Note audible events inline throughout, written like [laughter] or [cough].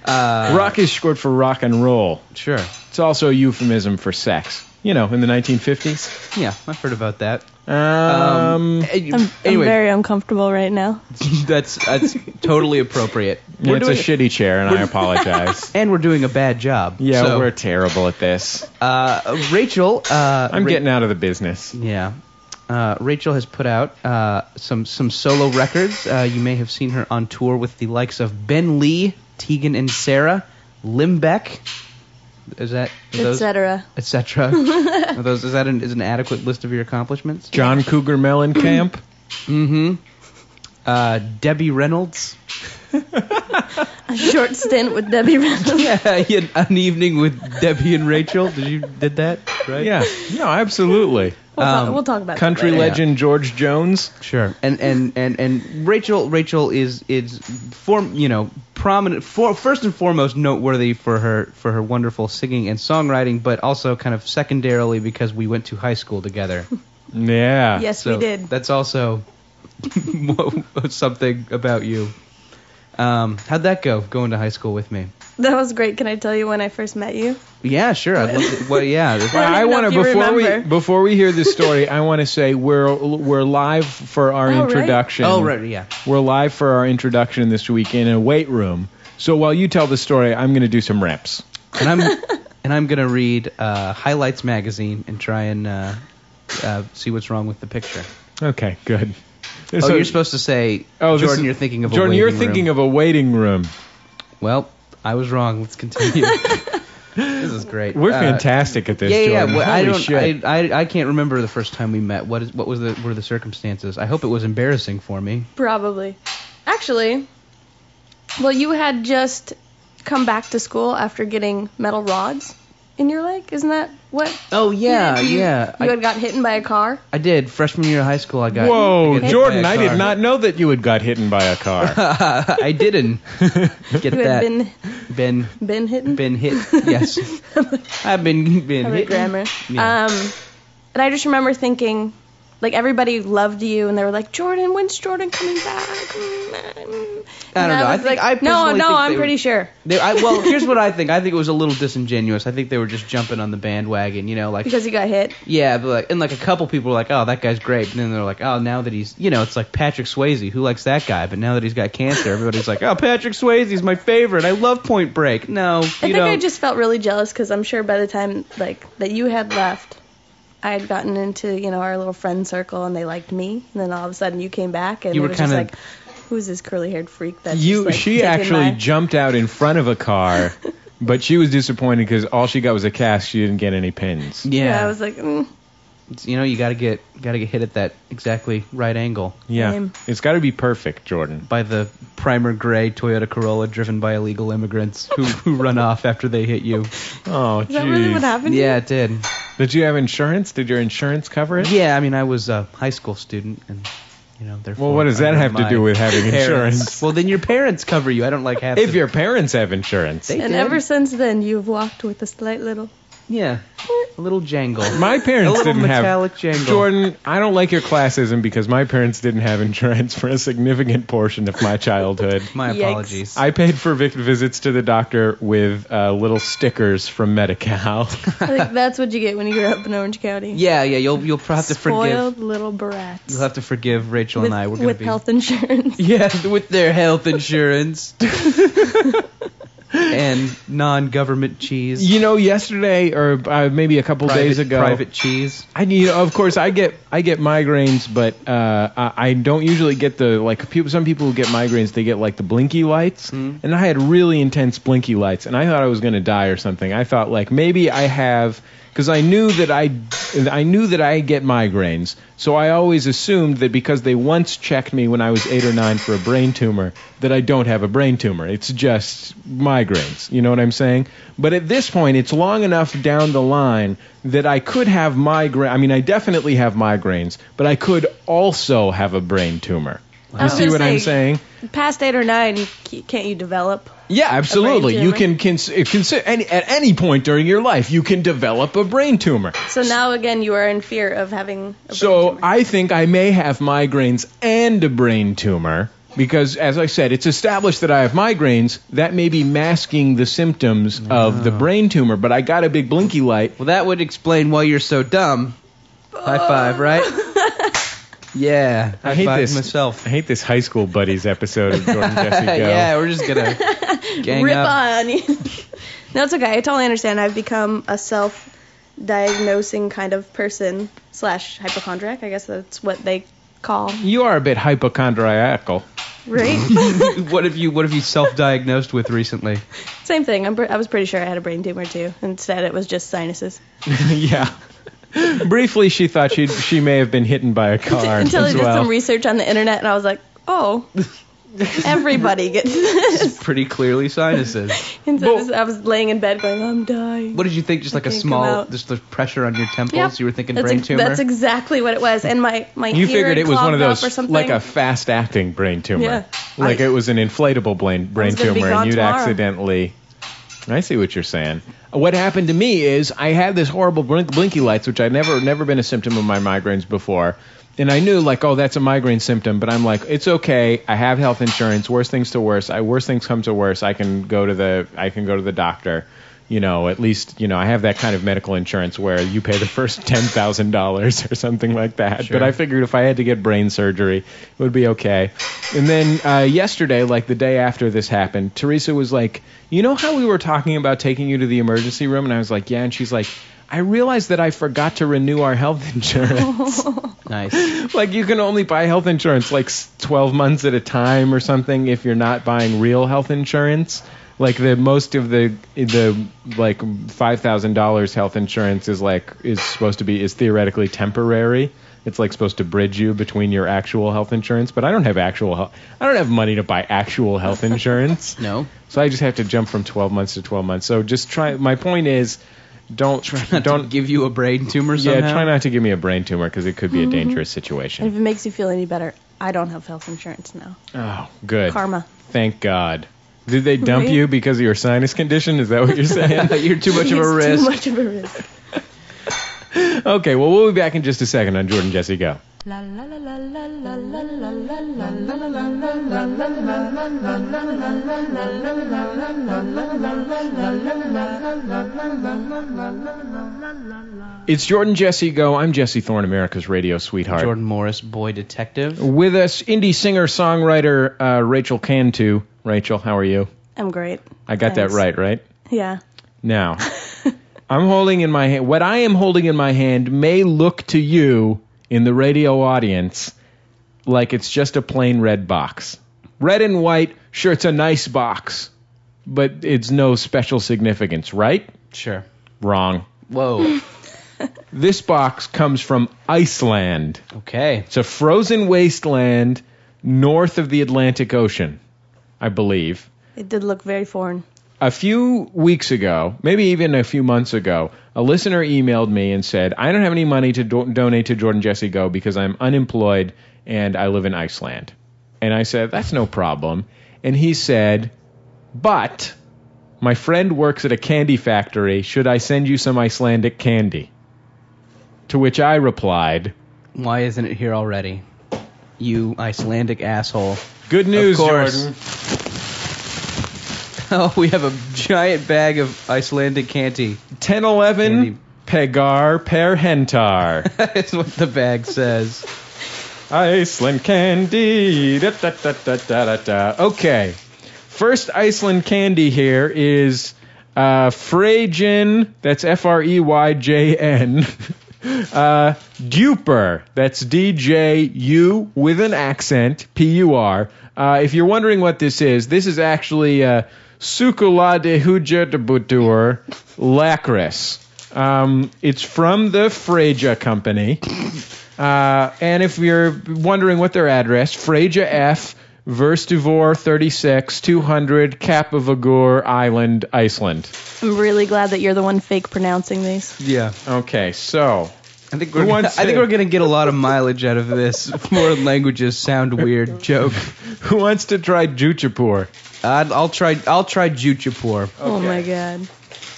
Uh, Rock is short for rock and roll. Sure. It's also a euphemism for sex. You know, in the 1950s. Yeah, I've heard about that. Um, a- I'm, I'm anyway, very uncomfortable right now. [laughs] that's that's totally appropriate. yeah, We're it's a doing- shitty chair, and [laughs] I apologize. and we're doing a bad job. yeah, so, we're terrible at this. uh, Rachel. Uh, I'm Ra- getting out of the business. Yeah. Uh, Rachel has put out uh, some some solo records. Uh, you may have seen her on tour with the likes of Ben Lee, Tegan and Sarah, Limbeck. Is that are those Etc. [laughs] etc. Are those is that an, is an adequate list of your accomplishments? John Cougar Mellencamp. [clears throat] Mm-hmm. Uh, [laughs] Debbie Reynolds. [laughs] A short stint with Debbie Reynolds. Yeah, an evening with Debbie and Rachel. Did you did that? Right. yeah, no, absolutely. We'll, Um, talk, we'll talk about Country that. later. legend George Jones. Sure. And and and and Rachel Rachel is is form you know prominent for first and foremost noteworthy for her for her wonderful singing and songwriting, but also kind of secondarily because we went to high school [laughs] together. Yeah. Yes, we did. That's also [laughs] something about you. Um, how'd that go? Going to high school with me? That was great. Can I tell you when I first met you? Yeah, sure. I'd love to, [laughs] well, yeah. this- Well, I I don't want to know if you before we remember. before we hear this story, [laughs] I want to say we're we're live for our Oh, right. introduction. Oh, right. Yeah. We're live for our introduction this week in a weight room. So while you tell the story, I'm going to do some reps. and I'm and I'm gonna read uh, highlights magazine and try and uh, uh, see what's wrong with the picture. Okay, good. Oh, you're supposed to say, Oh, this Jordan, is- you're thinking of a Jordan, you're waiting thinking room. of a waiting room. Well, I was wrong. Let's [laughs] continue. this is great. We're Uh, [laughs] fantastic at this, Yeah, yeah. Jordan. Well, I Holy don't. shit. I, I I can't remember the first time we met. What is what was the were the circumstances? I hope it was embarrassing for me. Probably. Actually, well, you had just come back to school after getting metal rods in your leg. Isn't that what? Oh yeah, you, yeah. You I, had got hit by a car. I did freshman year of high school. I got I Whoa, got hit Jordan, by a I did car. not know that you had got hit by a [laughs] car. I [laughs] didn't [laughs] get You had that. been been been hitting. been [laughs] hit. Yes, I've been been I read hit. grammar. Yeah. Um, and I just remember thinking, like everybody loved you, and they were like, Jordan, when's Jordan coming back? Mm, I and don't know. I was think like, I no, personally no, think I'm they pretty were- sure. They, I, well, here's what I think. I think it was a little disingenuous. I think they were just jumping on the bandwagon, you know, like Because he got hit. yeah, but like, and like a couple people were like, oh, that guy's great, and then they're like, oh, now that he's, you know, it's like Patrick Swayze, who likes that guy, but now that he's got cancer, everybody's like, oh, Patrick Swayze's my favorite. I love Point Break. No, you I think know, I just felt really jealous because I'm sure by the time like that you had left, I had gotten into you know our little friend circle and they liked me, and then all of a sudden you came back and You it were was just kinda- like, who's this curly-haired freak that's you, just, like, she taking actually my- jumped out in front of a car, [laughs] but she was disappointed because all she got was a cast. She didn't get any pins. yeah, Yeah, I was like, mm, It's- you know, you gotta get, gotta get hit at that exactly right angle Yeah, Lame. it's got to be perfect, Jordan. by the primer gray Toyota Corolla driven by illegal immigrants [laughs] who, who run off after they hit you. Oh, is that really what jeez. happened? Yeah, it did. Did you have insurance? Did your insurance cover it? Yeah, I mean, I was a high school student, and you know, therefore. Well, what does that under have to my do with having parents- insurance? Well, then your parents cover you. I don't like half. If the- your parents have insurance. They And did. ever since then, you've walked with a slight little Yeah, a little jangle. My parents A little didn't metallic have jangle. Jordan. I don't like your classism because my parents didn't have insurance for a significant portion of my childhood. My Yikes. apologies. I paid for vic- visits to the doctor with uh, little stickers [laughs] from Medi-Cal. I [laughs] think that's what you get when you grow up in Orange County. yeah, yeah, you'll you'll have to Spoiled forgive. little brats. You'll have to forgive Rachel with, and I. We're gonna with be health insurance. yeah with their health [laughs] insurance and non-government cheese. you know, yesterday or uh, maybe a couple private, days ago, private cheese. I you know, of course, I get I get migraines, but uh, I, I don't usually get the like people. Some people who get migraines, they get like the blinky lights, Hmm. and I had really intense blinky lights, and I thought I was gonna die or something. I thought like maybe I have because I knew that I I knew that I get migraines, so I always assumed that because they once checked me when I was eight or nine for a brain tumor, that I don't have a brain tumor. It's just migraines. You know what I'm saying? But at this point, it's long enough down the line that I could have migraine. I mean, I definitely have migraines, but I could also have a brain tumor. I You was see gonna what I'm say, saying? [laughs] Past eight or nine, you c- can't you develop? Yeah, absolutely. You tumor? can consider cons- any, at any point during your life, you can develop a brain tumor. So now again, you are in fear of having. A brain So tumor. I think I may have migraines and a brain tumor because, as I said, it's established that I have migraines. That may be masking the symptoms of the brain tumor, but I got a big blinky light. Ah. Well, that would explain why you're so dumb. High five, [laughs] right? yeah, high I hate five this myself. I hate this high school buddies episode [laughs] of Jordan Jesse Go. yeah, we're just gonna gang Rip up. on. [laughs] [laughs] no, it's okay. I totally understand. I've become a self-diagnosing kind of person slash hypochondriac. I guess that's what they call. [laughs] You are a bit hypochondriacal. Right? [laughs] what have you What have you self-diagnosed with recently? Same thing. I'm. Pre- I was pretty sure I had a brain tumor too. Instead, it was just sinuses. [laughs] [laughs] yeah. Briefly, she thought she she may have been hit by a [laughs] car Until I as did well. some research on the internet, and I was like, [laughs] oh, everybody gets [laughs] this. Pretty clearly sinuses. And so Well- this- I was laying in bed going, I'm dying. What did you think? Just like a can't come small, out. just the pressure on your temples. Yep. You were thinking that's brain ex- tumor. That's exactly what it was. And my my you ear figured it was one of clogged up or those something. like a fast acting brain tumor Yeah. like I- it was an inflatable brain brain gonna be tumor and gone you'd tomorrow. accidentally I see what you're saying. What happened to me is I had this horrible blink, blinky lights, which I'd never never been a symptom of my migraines before, and I knew like, oh, that's a migraine symptom. But I'm like, it's okay. I have health insurance. Worse things to worse. I worse things come to worse. I can go to the I can go to the doctor. You know, at least you know I have that kind of medical insurance where you pay the first [laughs] ten thousand dollars or something like that. Sure. But I figured if I had to get brain surgery, it would be okay. And then uh, yesterday, like the day after this happened, Teresa was like, You know how we were talking about taking you to the emergency room? And I was like, Yeah. And she's like, I realized that I forgot to renew our health [laughs] insurance. nice. [laughs] like, you can only buy health insurance like s- 12 months at a time or something if you're not buying real health insurance. Like the most of the the like five thousand dollars health insurance is like is supposed to be is theoretically temporary. It's like supposed to bridge you between your actual health insurance, but I don't have actual health. I don't have money to buy actual health insurance. No. So I just have to jump from 12 months to 12 months. So just try. My point is, don't Don't don't give you a brain tumor yeah, somehow. try not to give me a brain tumor because it could Mm-hmm. be a dangerous situation. And if it makes you feel any better, I don't have health insurance now. Oh, good. Karma. Thank God. Did they dump Right? you because of your sinus condition? Is that what you're saying? [laughs] You're too much of It's a risk. Too much of a risk. okay. Well, we'll be back in just a second on Jordan Jesse Go. La la la la la la la la la la la la. It's Jordan Jesse Go. I'm Jesse Thorne, America's radio sweetheart. Jordan Morris, boy detective. With us, indie singer songwriter uh, Rachel Cantu. Rachel, how are you? I'm great. I got Thanks. that right, right? Yeah. Now, I'm holding in my hand, what I am holding in my hand may look to you in the radio audience like it's just a plain red box. Red and white, sure, it's a nice box, but it's no special significance, right? Sure. Wrong. Whoa. [laughs] This box comes from Iceland. Okay. It's a frozen wasteland north of the Atlantic Ocean, I believe. It did look very foreign. a few weeks ago, maybe even a few months ago, a listener emailed me and said, I don't have any money to do- donate to Jordan Jesse Go because I'm unemployed and I live in Iceland. And I said, That's no problem. And he said, But My friend works at a candy factory. Should I send you some Icelandic candy? To which I replied, Why isn't it here already? You Icelandic asshole. Good news, course. Jordan. [laughs] Oh, we have a giant bag of Icelandic candy. 1011 Pegar Per Hentar. [laughs] That's what the bag says. Iceland candy. Da, da, da, da, da, da, da. Okay. First Iceland candy here is uh, Freyjin. That's F R E Y J N. [laughs] Uh, Duper. That's D J U with an accent. P U R. Uh, if you're wondering what this is, this is actually uh, Sukula de Hujja de Butur Lacris. Um, it's from the Freja company. Uh, and if you're wondering what their address, Freja F, Verstuvor 36, 200, Kapavagur Island, Iceland. I'm really glad that you're the one fake pronouncing these. Yeah. Okay, so I think we're. [laughs] wants I think to- we're gonna get a lot of mileage out of this foreign languages sound [laughs] weird joke. who wants to try Juchapur? I'd, I'll try. I'll try Juchapur. Oh my god.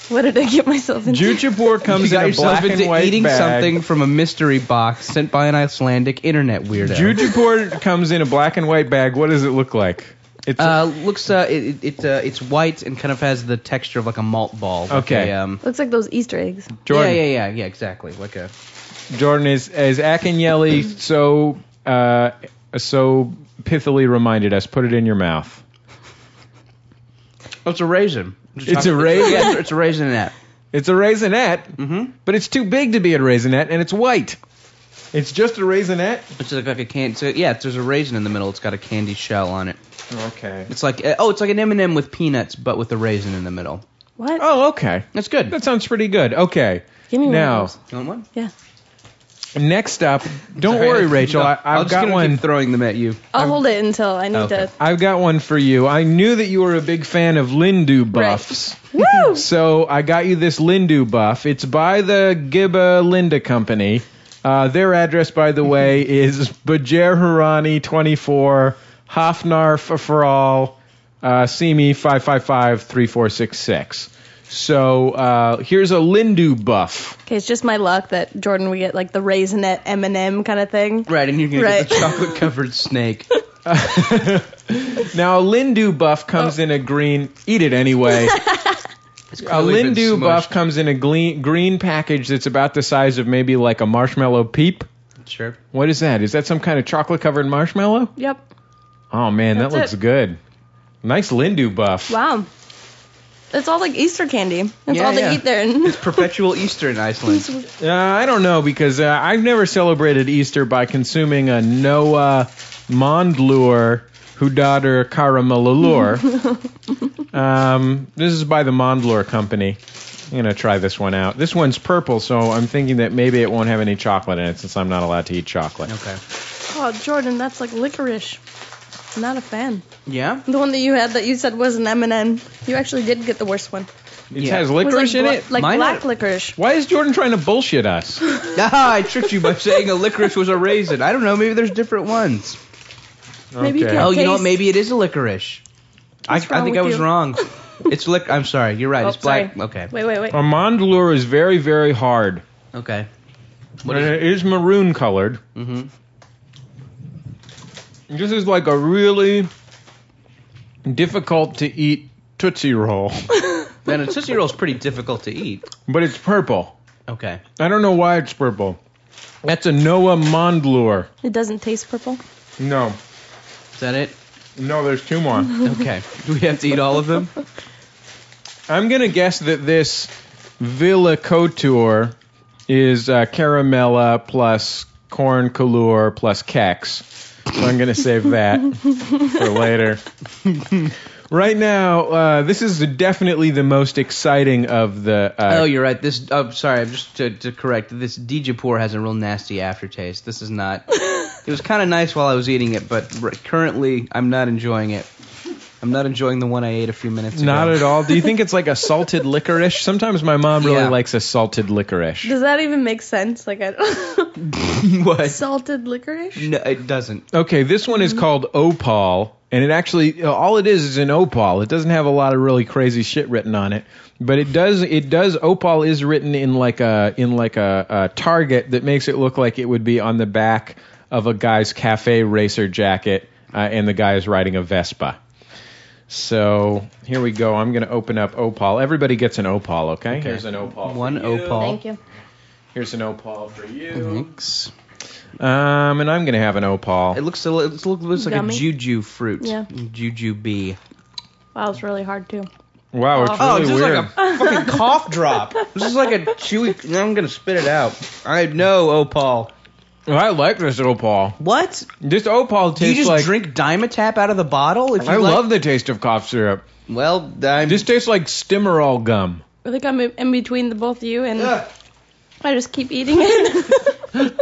What did I get myself into? [laughs] Juchapur comes you got in a yourself black into and white eating bag. something from a mystery box sent by an Icelandic internet weirdo. Juchapur comes in a black and white bag. What does it look like? It's uh, looks uh, it, it, it uh, it's white and kind of has the texture of like a malt ball. like Okay. a, um, Looks like those Easter eggs. Jordan. Yeah, yeah, yeah, yeah, exactly. Like a Jordan is as Akinyeli so uh, so pithily reminded us. Put it in your mouth. Oh, it's a raisin. It's a [laughs] raisin? yeah, it's- it's a raisinette. Mm-hmm. It's a raisinette, but it's too big to be a raisinette, and it's white. It's just a raisinette. It's like, like a can. So yeah, it's, there's a raisin in the middle. It's got a candy shell on it. Okay. It's like uh, oh, it's like an M&M with peanuts, but with a raisin in the middle. What? Oh, okay. That's good. That sounds pretty good. Okay. Give me one of now, those. You want one? Yeah. next up, don't Sorry, worry, I- Rachel. no, I, I'm I've just got gonna one. Keep throwing them at you. I'll hold it until I need Okay. to. I've got one for you. I knew that you were a big fan of Lindu buffs. Woo! [laughs] So I got you this Lindu buff. It's by the Gibba Linda Company. Uh, their address, by the way, is Bajer Harani 24, Hafnar Fafaral, uh, Simi 555 3466. So uh, here's a Lindu buff. Okay, it's just my luck that Jordan we get like the raisinette M&M kind of thing. Right, and you're gonna get the Right. [laughs] chocolate covered snake. [laughs] Now, a Lindu buff Oh. comes in a green. Eat [laughs] it [laughs] anyway. A Lindu buff comes in a green, green package that's about the size of maybe like a marshmallow peep. Sure. What is that? Is that some kind of chocolate covered marshmallow? Yep. Oh man, That's that looks it. good. Nice Lindu buff. Wow. It's all like Easter candy. That's Yeah, all they yeah. eat there. And Perpetual Easter in Iceland. Uh, I don't know because uh, I've never celebrated Easter by consuming a Noah Mondlure Hudader Karamalulur. um, this is by the Mondlure Company. I'm gonna try this one out. This one's purple, so I'm thinking that maybe it won't have any chocolate in it since I'm not allowed to eat chocolate. Okay. oh, Jordan, that's like licorice. Not a fan. Yeah. The one that you had that you said was an M&M. You actually did get the worst one. It Yeah. has It was, like, licorice in bla- it. Like Mine black had- licorice. Why is Jordan trying to [laughs] bullshit us? Ah, I tricked you by saying a licorice was a raisin. I don't know. Maybe there's different ones. Maybe you Okay. can Oh, you know what? taste- Maybe it is a licorice. I, I wrong think I with was you? [laughs] wrong. It's lic. I'm sorry. You're right. Oh, it's black. sorry. Okay. Wait, wait, wait. A Mondlure is very, very hard. Okay. But it is maroon colored. Mhm. This is like a really difficult to eat Tootsie Roll, [laughs] Man, a tootsie roll is pretty difficult to eat. but it's purple. Okay. I don't know why it's purple. That's a Noah Mondlure. It doesn't taste purple. No, Is that it? no, there's two more. [laughs] Okay. Do we have to eat all of them? I'm gonna guess that this Villa Couture is uh, caramella plus corn couleur plus kex. So I'm gonna save [laughs] that for later. right now, uh, this is definitely the most exciting of the. Oh, Uh, you're right. This. Oh, sorry. I'm just to, to correct. This Dijapur has a real nasty aftertaste. This is not. It was kind of nice while I was eating it, but r- currently I'm not enjoying it. I'm not enjoying the one I ate a few minutes ago. Not at all. Do you think it's like a salted licorice? Sometimes my mom really Yeah. likes a salted licorice. Does that even make sense? Like I [laughs] don't [laughs] what? salted licorice. No, it doesn't. Okay, this one is called Opal, and it actually uh, all it is is an opal. It doesn't have a lot of really crazy shit written on it, but it does it does opal is written in like a in like a, a target that makes it look like it would be on the back of a guy's cafe racer jacket, uh, and the guy is riding a Vespa. So here we go. I'm gonna open up opal. Everybody gets an opal, okay? Here's an opal. for One you. opal. Thank you. Here's an opal for you. Thanks. Um, and I'm gonna have an opal. It looks a li- it looks, looks like a Gummy? juju fruit. Yeah. Juju bee. Wow, it's really hard too. Wow, it's Oh, really it's just weird. like [laughs] a fucking cough drop. This is like a chewy. I'm gonna spit it out. I know opal. Well, Oh, I like this opal. What? This opal Do you tastes just like. drink Dimetap out of the bottle? If you I like? love the taste of cough syrup. Well, I'm This tastes like Stimmerol gum. [laughs] I think I'm in between the both of you, and Ugh. I just keep eating it.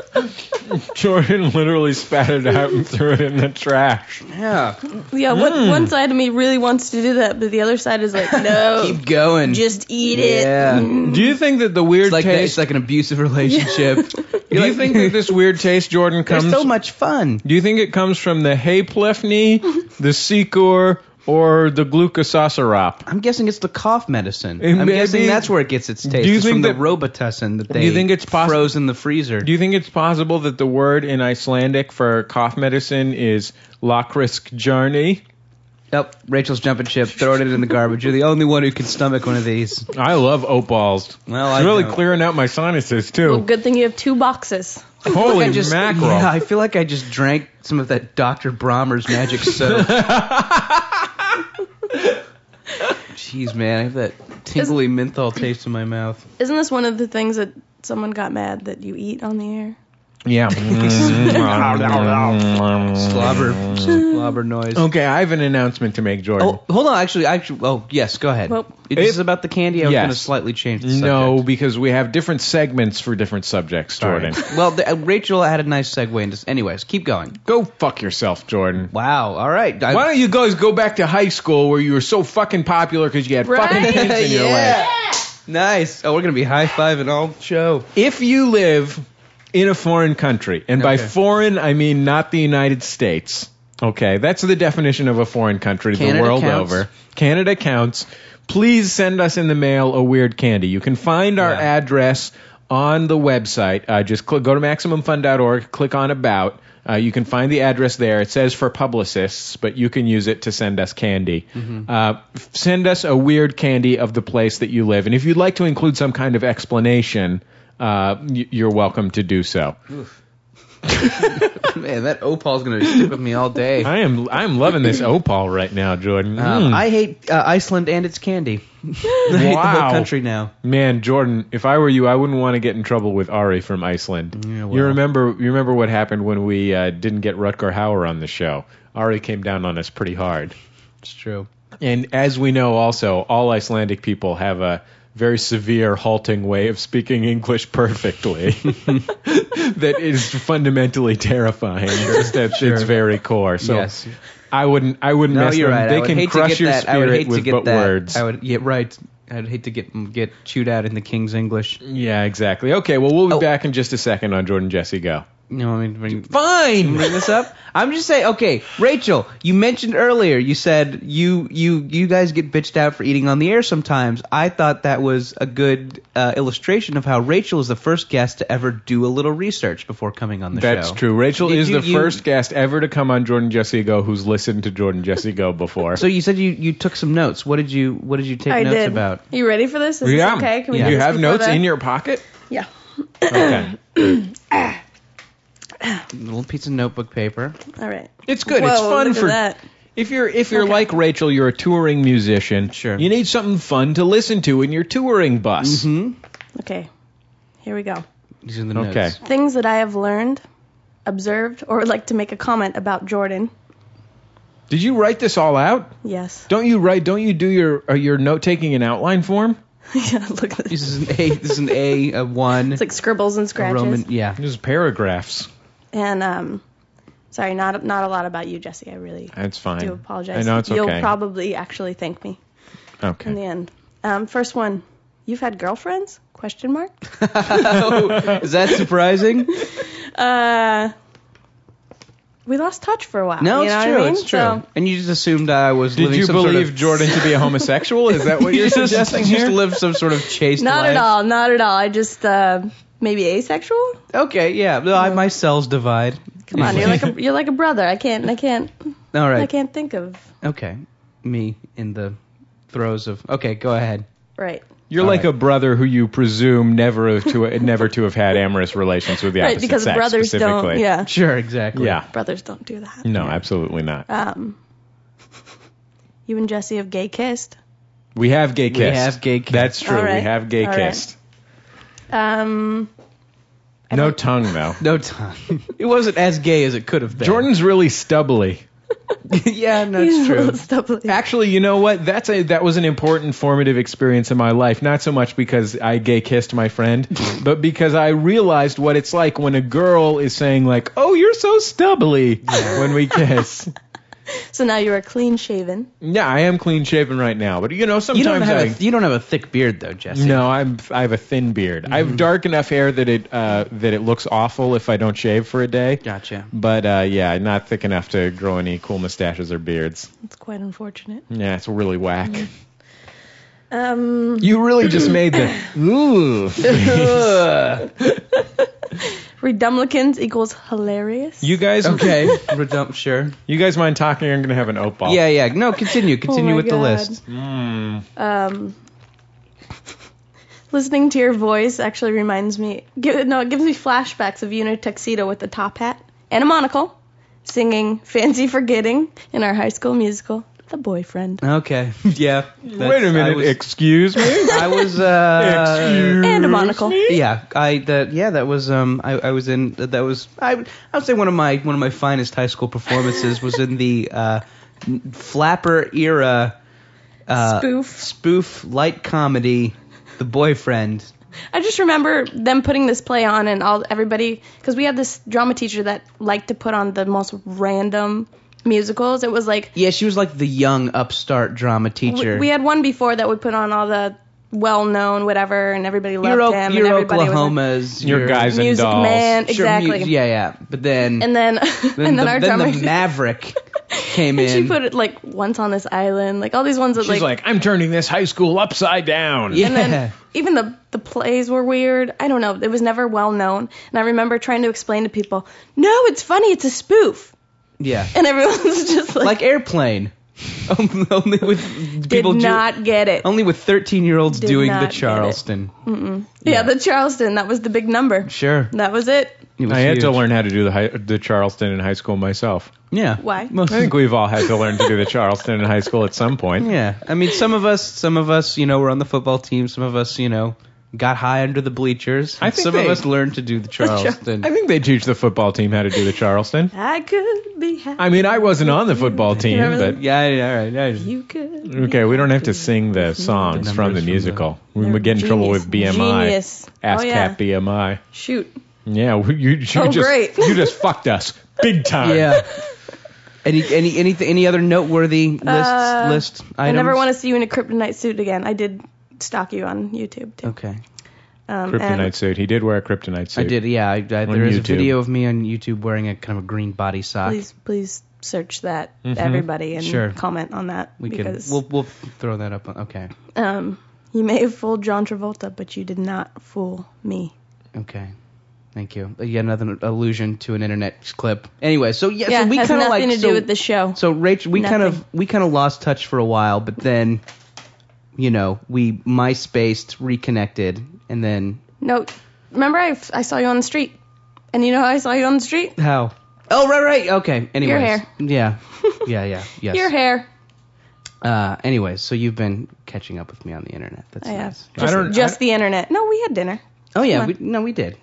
[laughs] Jordan literally spat it out and threw it in the trash. yeah. yeah, one, Hmm. one side of me really wants to do that, but the other side is [laughs] like, no, Keep going. just eat yeah. it. Mm. Do you think that the weird It's like that, taste? it's like an abusive [laughs] relationship. do you think [laughs] that this weird taste, Jordan, there's comes? so much fun? do you think it comes from the hay plefni, [laughs] the secor, or the glucososirop? I'm guessing it's the cough medicine. It I'm may be- guessing that's where it gets its taste. Do you It's think from that- the Robitussin that they you think it's possi- froze in the freezer? Do you think it's possible that the word in Icelandic for cough medicine is lakrisk journey? Nope. Rachel's jumping ship, throwing it in the garbage. You're the only one who can stomach one of these. I love opals. Well, it's I really don't. clearing out my sinuses Well, too. good thing you have two boxes. Holy I just, mackerel! Yeah, I feel like I just drank some of that Dr. Brommer's magic [laughs] soap. Jeez, man, I have that tingly menthol taste in my [laughs] mouth. Isn't this one of the things that someone got mad that you eat on the air? Yeah. Mm, Slobber, slobber noise. okay, I have an announcement to make, Jordan. mm. Oh, hold on. Actually, actually, oh yes, go ahead. Well- it is If- about the candy. I was Yes. going to slightly change the no, subject. because we have different segments for different subjects, Jordan. well, the, uh, Rachel had a nice segue into. Anyways, keep going. Go fuck yourself, Jordan. Wow. All right. I- Why don't you guys go back to high school where you were so fucking popular because you had Right? fucking kids [laughs] in your life? Nice. Oh, we're gonna be high fiving all show. if you live in a foreign country, and by Okay. foreign I mean not the United States, okay, that's the definition of a foreign country the Canada world counts. over. Canada counts. Please send us in the mail a weird candy. You can find our Yeah. address on the website. Uh, just click, go to MaximumFun.org, click on About. Uh, you can find the address there. It says for publicists, but you can use it to send us candy. Uh, f- send us a weird candy of the place that you live. And if you'd like to include some kind of explanation, uh, y- you're welcome to do so. [laughs] Man, that opal's gonna stick with me all day. I am I am loving this opal right now, Jordan. Um, Mm. I hate uh, Iceland and its candy. [laughs] I hate the Wow. whole country now. Man, Jordan, if I were you, I wouldn't want to get in trouble with Ari from Iceland. Yeah, well. You remember you remember what happened when we uh, didn't get Rutger Hauer on the show. Ari came down on us pretty hard. It's [laughs] true. And as we know also, all Icelandic people have a very severe halting way of speaking English perfectly [laughs] that is fundamentally [laughs] terrifying just at its very core. So Yes. I wouldn't I wouldn't No, mess you're them. right. They I would can hate crush to get your that. I spirit would hate with to get but that. words. I would. Yeah, right. I'd hate to get get chewed out in the king's English. Yeah, exactly. Okay, well, we'll be Oh. back in just a second on Jordan Jesse Go. You know, what I mean, bring, fine. Bring this up. I'm just saying. Okay, Rachel, you mentioned earlier. You said you you you guys get bitched out for eating on the air sometimes. I thought that was a good uh, illustration of how Rachel is the first guest to ever do a little research before coming on the show. That's true. Rachel Did is you- the you- first guest ever to come on Jordan Jesse Go who's listened to Jordan Jesse Go before. So you said you, you took some notes. What did you What did you take I notes did. about? You ready for this? Is this yeah. okay? Can we Do do you this have before notes that? in your pocket? Yeah. Okay. [clears throat] little piece of notebook paper. [laughs] All right. It's good. Whoa, it's fun look at for that. if you're if you're Okay. like Rachel, you're a touring musician. Sure. You need something fun to listen to in your touring bus. Hmm. Okay. Here we go. These are the notes. Okay. Things that I have learned, observed, or would like to make a comment about Jordan. Did you write this all out? Yes. Don't you write? Don't you do your uh, your note taking and outline form? [laughs] yeah, look at this. This is an A. This is an A. [laughs] A one. It's like scribbles and a scratches. Roman. Yeah. Just paragraphs. And um, Sorry, not not a lot about you, Jesse. I really That's fine. do apologize. I know it's You'll okay. probably actually thank me okay. in the end. Um, first one, you've had girlfriends? Question mark. Is that surprising? Uh, we lost touch for a while. No, you it's know true. What I mean? It's true. So, and you just assumed I was. Did living you some sort believe of- Jordan to be a homosexual? [laughs] Is that what You you're just- suggesting you here? Just live some sort of chaste not life. at all. Not at all. I just uh, maybe asexual. Okay, yeah. No, I, my cells divide. Come on, you're like a you're like a brother. I can't I can't [laughs] All I right. can't think of Okay. Me in the throes of. Okay, go ahead. right. You're All like right. a brother who you presume never to [laughs] never to have had amorous relations with the Right, opposite because sex brothers don't specifically. yeah. Sure, exactly. Yeah. Brothers don't do that. No, absolutely not. Um You and Jesse have gay kissed. We have gay kissed. have gay kissed. That's true. All We right. have gay All right. kissed. Um [laughs] No tongue though. No time. it wasn't as gay as it could have been. Jordan's really [laughs] stubbly. yeah, no, it's true. Stop believing- Actually, you know what? That's a that was an important formative experience in my life. Not so much because I gay kissed my [laughs] friend, but because I realized what it's like when a girl is saying like, "Oh, you're so stubbly" when [laughs] we kiss. so now you're a clean shaven. yeah, I am clean shaven right now, but you know sometimes You don't have I a, you don't have a thick beard though, Jesse. Mm-hmm. No, I'm I have a thin beard. I have dark enough hair that it uh, that it looks awful if I don't shave for a day. Gotcha. But uh, yeah, not thick enough to grow any cool mustaches or beards. It's quite unfortunate. Yeah, it's really whack. Um You really just [laughs] [laughs] made the ooh. Ugh. Redumlicans equals hilarious. You guys, okay. [laughs] Redump, sure. You guys mind talking? I'm gonna have an oat ball. Yeah, yeah. No, Oh continue. Continue Oh my with the God. list. Mm. um listening to your voice actually reminds me give, no it gives me flashbacks of you in a tuxedo with a top hat and a monocle singing fancy forgetting in our high school musical the boyfriend Okay. [laughs] Yeah. Wait a minute. I was, Excuse me. [laughs] I was uh Excuse and a monocle me? Yeah, I that yeah that was um I, I was in that was I would- I would say one of my one of my finest high school performances was in the uh, n- flapper era uh, spoof spoof light comedy The Boyfriend. i just remember them putting this play on and all everybody because we had this drama teacher that liked to put on the most random musicals it was like Yeah, she was like the young upstart drama teacher. we, we had one before that would put on all the well-known whatever and everybody loved your O- him your and everybody was Oklahomas, Your guys like, and music dolls. man sure, mu- exactly yeah, yeah. But then and then then, [laughs] and the, then our then drummer the Maverick came and in. she put it like once on this island like all these ones that She's like, I'm turning this high school upside down. yeah. and then even the the plays were weird i don't know it was never well known and i remember trying to explain to people no it's funny it's a spoof yeah. and [laughs] everyone's just like, like airplane. [laughs] only with did people do- not get it only with 13 year olds Did doing not the get it. Charleston. yeah. the charleston that was the big number [laughs] Sure. that was it It was I had huge. to learn how to do the high, the Charleston in high school myself. Yeah. Why? Most I think we've all had to learn to do the Charleston in high school at [laughs] some point. yeah. I mean, some of us, some of us, you know, were on the football team. Some of us, you know, got high under the bleachers. I think some of they- us learned to do [laughs] the Charleston. I think they teach the football team how to do the Charleston. i could be happy I mean, I wasn't on the football team, remember but that? yeah. I- All right. I just- you could okay, we don't have to sing the songs numbers from the from the- musical. We would get in trouble with Genius. BMI. Genius. Ask Oh, yeah. Cat BMI. shoot Yeah, [laughs] we- you, you Oh, just great. you just fucked us big time. yeah. Any any anything any other noteworthy lists Uh, list items? I never want to see you in a kryptonite suit again. I did stalk you on YouTube too. Okay. Um, Kryptonite and suit. He did wear a kryptonite I suit. did. Yeah. I, I, there is a YouTube. video of me on YouTube wearing a kind of a green body sock. Please, please search that everybody and Mm-hmm. Sure. comment on that we can. because We'll we'll throw that up. on- Okay. um, you may have fooled John Travolta, but you did not fool me. Okay. Thank you. Yet another allusion to an internet clip. Anyway, so yeah, yeah, so we has kind of nothing like to so, do with the show. so Rach, we kind of Nothing. we kind of lost touch for a while, but then you know we MySpaced, reconnected, and then no, remember I, I saw you on the street, and you know how I saw you on the street? how? Oh right, right. Okay. Anyways, hair. [laughs] yeah, yeah, yeah, yes. Your hair. Uh, anyways, so you've been catching up with me on the internet. That's I have nice. Oh, just, I don't- just I- the internet. No, we had dinner. Oh yeah, Come we, on. no, [laughs] we did.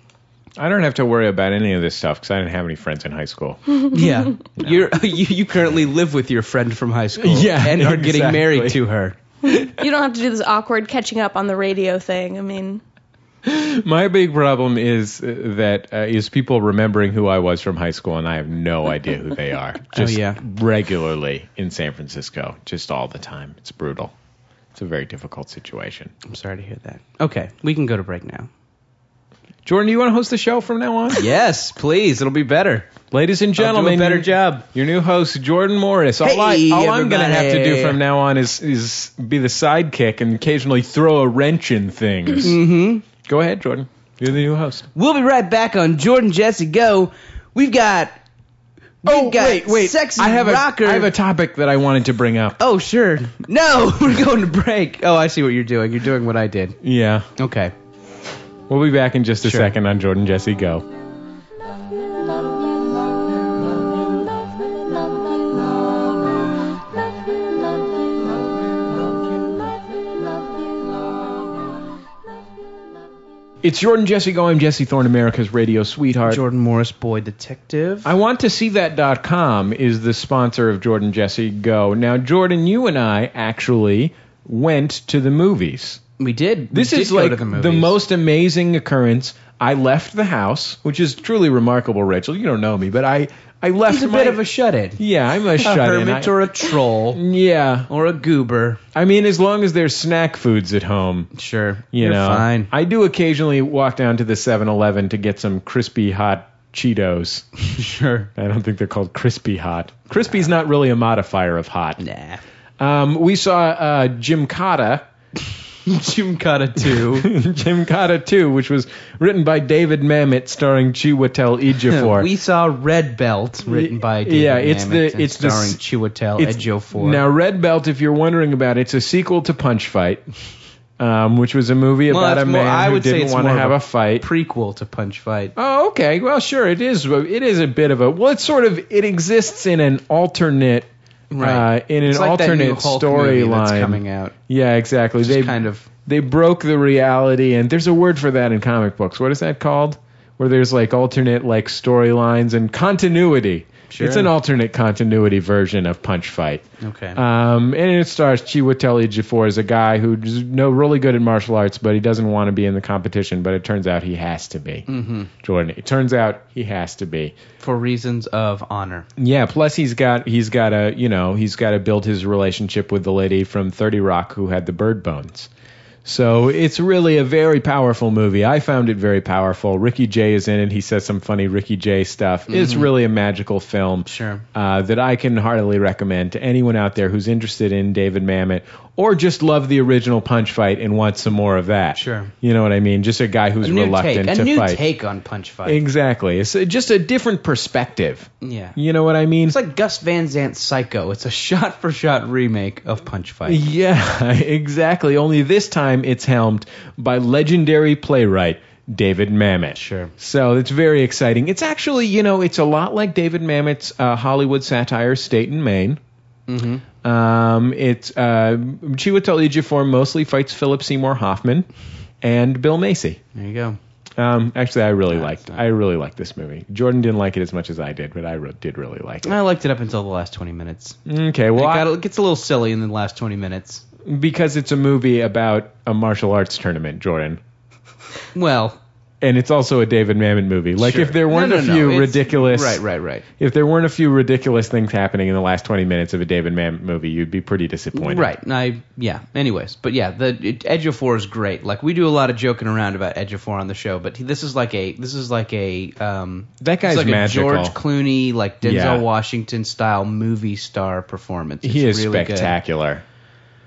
I don't have to worry about any of this stuff because I didn't have any friends in high school. [laughs] Yeah, you're you, you currently live with your friend from high school. [laughs] Yeah, and are getting exactly. married to her. You don't have to do this awkward catching up on the radio thing. I mean, [laughs] My big problem is uh, that uh, is people remembering who I was from high school, and I have no idea [laughs] who they are. Just Oh, yeah. regularly in San Francisco, just all the time. It's brutal. It's a very difficult situation. I'm sorry to hear that. Okay, we can go to break now. Jordan, do you want to host the show from now on? Yes, please. It'll be better. Ladies and I'll do gentlemen, a better your- job. Your new host, Jordan Morris. All, Hey, I, all I'm going to have to do everybody. from now on is is be the sidekick and occasionally throw a wrench in things. [laughs] mm-hmm. Go ahead, Jordan. You're the new host. We'll be right back on Jordan Jesse Go. We've got. We've got Sexy Oh, I have rocker. A, I have a topic that I wanted to bring up. oh sure. No, [laughs] we're going to break. Oh, I see what you're doing. You're doing what I did. Yeah. Okay. We'll be back in just a Sure. second on Jordan Jesse Go. It's Jordan Jesse Go. I'm Jesse Thorne, America's radio sweetheart. Jordan Morris, boy detective. I want to see that.com is the sponsor of Jordan Jesse Go. Now, Jordan, you and I actually went to the movies. we did. We This did is go like to the, movies. most amazing occurrence. I left the house, which is truly remarkable, Rachel. You don't know me, but I I left He's a my, bit of a shut-in. yeah, I'm a, a shut in. hermit or a troll yeah, or a goober. I mean, as long as there's snack foods at home, Sure. you are know. fine. I do occasionally walk down to the 7-Eleven to get some crispy hot Cheetos. [laughs] sure. I don't think they're called crispy hot. Crispy's not really a modifier of hot. Nah. Um, we saw uh, [laughs] Jim Cotta. Jim Cotta too. [laughs] Jim Cotta 2, which was written by David Mamet, [laughs] starring Chiwetel Ejiofor. we saw Red Belt, written by David Yeah, it's Mamet the- and it's the starring s- Chiwetel It's- Ejiofor. Now, Red Belt, if you're wondering about it, it's a sequel to Punch Fight, um, which was a movie Well, about that's a more- man I who would say didn't it's want to more of have a a fight. prequel to Punch Fight. Oh, okay. Well, sure, it is. It is a bit of a. Well, it's sort of. It exists in an alternate. Right. Uh, in an It's like that new alternate Hulk movie that's storyline. coming out. Yeah, exactly. Just They kind of they broke the reality, and there's a word for that in comic books. What is that called? Where there's like alternate like storylines and continuity. Sure. It's an alternate continuity version of Punch Fight. okay. Um, and it stars Chiwetel Ejiofor as a guy who's no really good at martial arts, but he doesn't want to be in the competition. But it turns out he has to be. Mm-hmm. Jordan. It turns out he has to be. for reasons of honor. Yeah. Plus he's got he's got to you know he's got to build his relationship with the lady from Thirty Rock who had the bird bones. So it's really a very powerful movie. I found it very powerful. Ricky Jay is in it. He says some funny Ricky Jay stuff. It's really a magical film Mm-hmm. Sure. uh, that I can heartily recommend to anyone out there who's interested in David Mamet or just love the original Punch Fight and wants some more of that. Sure. You know what I mean? Just a guy who's A new take, reluctant a to new fight. take on Punch Fight. Exactly. It's uh, just a different perspective. yeah. You know what I mean? It's like Gus Van Zant's Psycho. It's a shot-for-shot remake of Punch Fight. Yeah, [laughs] exactly. Only this time it's helmed by legendary playwright David Mamet. Sure. So it's very exciting. It's actually, you know, it's a lot like David Mamet's uh, Hollywood satire State in Maine. Mm-hmm. Um, it's uh, Chiwetel Ejiofor mostly fights Philip Seymour Hoffman and Bill Macy. There you go. Um, actually, I really liked. not- I really liked this movie. Jordan didn't like it as much as I did, but I re- did really like it. I liked it up until the last 20 minutes. Okay, well, It, I- got, it gets a little silly in the last 20 minutes. because it's a movie about a martial arts tournament, Jordan. Well, and it's also a David Mamet movie. Like sure. if there weren't No, a no, no, few it's- ridiculous, Right, right, right. If there weren't a few ridiculous things happening in the last 20 minutes of a David Mamet movie, you'd be pretty disappointed. Right. and I yeah. Anyways, but yeah, the it, Edgeofor is great. Like we do a lot of joking around about Edgeofor on the show, but he, this is like a this is like a um That it's guy's like magical. a George Clooney like Denzel Yeah. Washington style movie star performance. It's He is really good. spectacular.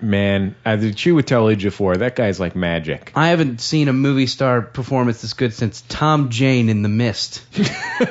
Man, I the Chiwetel Ejiofor, that guy's like magic. I haven't seen a movie star performance this good since Tom Jane in The [laughs] Mist.